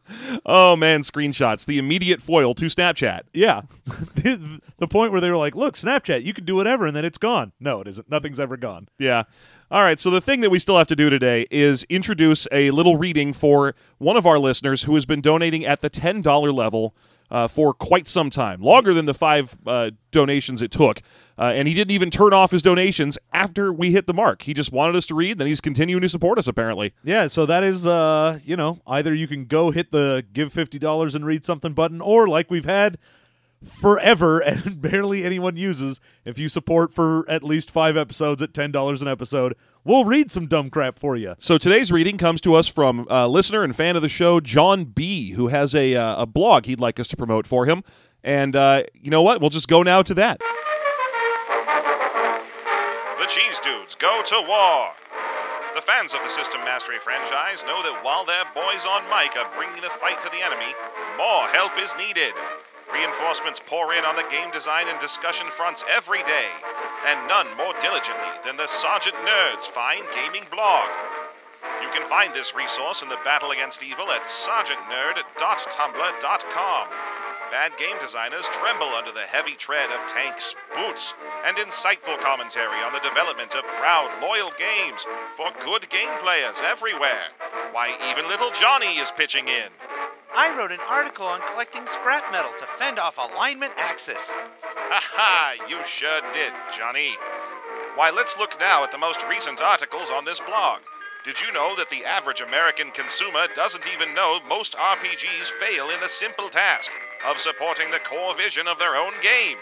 Speaker 1: [LAUGHS] Oh man, screenshots, the immediate foil to Snapchat.
Speaker 2: yeah. [LAUGHS] the, the point where they were like, "Look, Snapchat, you can do whatever and then it's gone." No, it isn't. Nothing's ever gone.
Speaker 1: Yeah. All right. So the thing that we still have to do today is introduce a little reading for one of our listeners who has been donating at the ten dollar level. Uh, for quite some time, longer than the five uh, donations it took. Uh, and he didn't even turn off his donations after we hit the mark. He just wanted us to read, then he's continuing to support us, apparently.
Speaker 2: Yeah, so that is uh, you know, either you can go hit the give fifty dollars and read something button, or like we've had forever [LAUGHS] and barely anyone uses, if you support for at least five episodes at ten dollars an episode, we'll read some dumb crap for you.
Speaker 1: So today's reading comes to us from uh, listener and fan of the show, John B., who has a, uh, a blog he'd like us to promote for him. And uh, you know what? We'll just go now to that.
Speaker 3: The Cheese Dudes go to war. The fans of the System Mastery franchise know that while their boys on mic are bringing the fight to the enemy,
Speaker 1: more help is needed. Reinforcements pour in on the game design and discussion fronts every day, and none more diligently than the Sergeant Nerd's fine gaming blog. You can find this resource in the battle against evil at sergeantnerd.tumblr.com. Bad game designers tremble under the heavy tread of tanks, boots, and insightful commentary on the development of proud, loyal games for good game players everywhere. Why, even little Johnny is pitching in.
Speaker 4: I wrote an article on collecting scrap metal to fend off alignment axis.
Speaker 1: Ha ha! you sure did, Johnny. Why, let's look now at the most recent articles on this blog. Did you know that the average American consumer doesn't even know most RPGs fail in the simple task of supporting the core vision of their own game?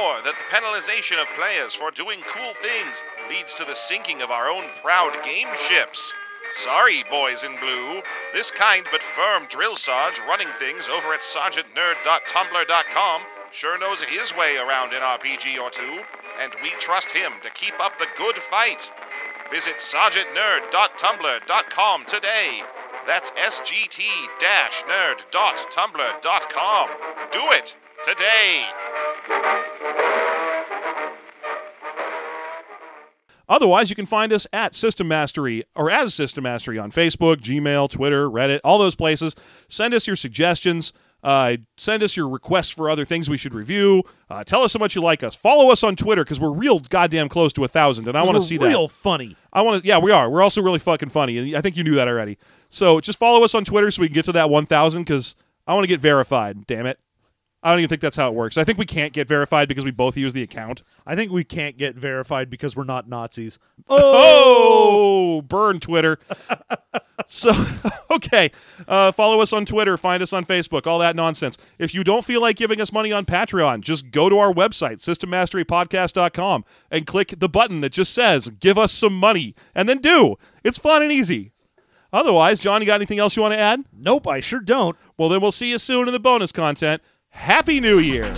Speaker 1: Or that the penalization of players for doing cool things leads to the sinking of our own proud game ships? Sorry, boys in blue. This kind but firm drill sarge running things over at sergeantnerd.tumblr.com sure knows his way around an RPG or two, and we trust him to keep up the good fight. Visit sergeantnerd.tumblr.com today. That's sgt-nerd.tumblr.com. Do it today.
Speaker 5: Otherwise, you can find us at System Mastery or as System Mastery on Facebook, Gmail, Twitter, Reddit, all those places. Send us your suggestions. Uh, send us your requests for other things we should review. Uh, tell us how much you like us. Follow us on Twitter because we're real goddamn close to a thousand, and I want to see that.
Speaker 2: real funny.
Speaker 5: I want to. Yeah, we are. We're also really fucking funny. and I think you knew that already. So just follow us on Twitter so we can get to that one thousand because I want to get verified. Damn it! I don't even think that's how it works. I think we can't get verified because we both use the account.
Speaker 2: I think we can't get verified because we're not Nazis.
Speaker 5: Oh, burn Twitter. [LAUGHS] so, [LAUGHS] okay. Uh, follow us on Twitter, find us on Facebook, all that nonsense. If you don't feel like giving us money on Patreon, just go to our website, systemmasterypodcast.com, and click the button that just says, give us some money, and then do. It's fun and easy. Otherwise, John, you got anything else you want to add?
Speaker 2: Nope, I sure don't.
Speaker 5: Well, then we'll see you soon in the bonus content. Happy New Year.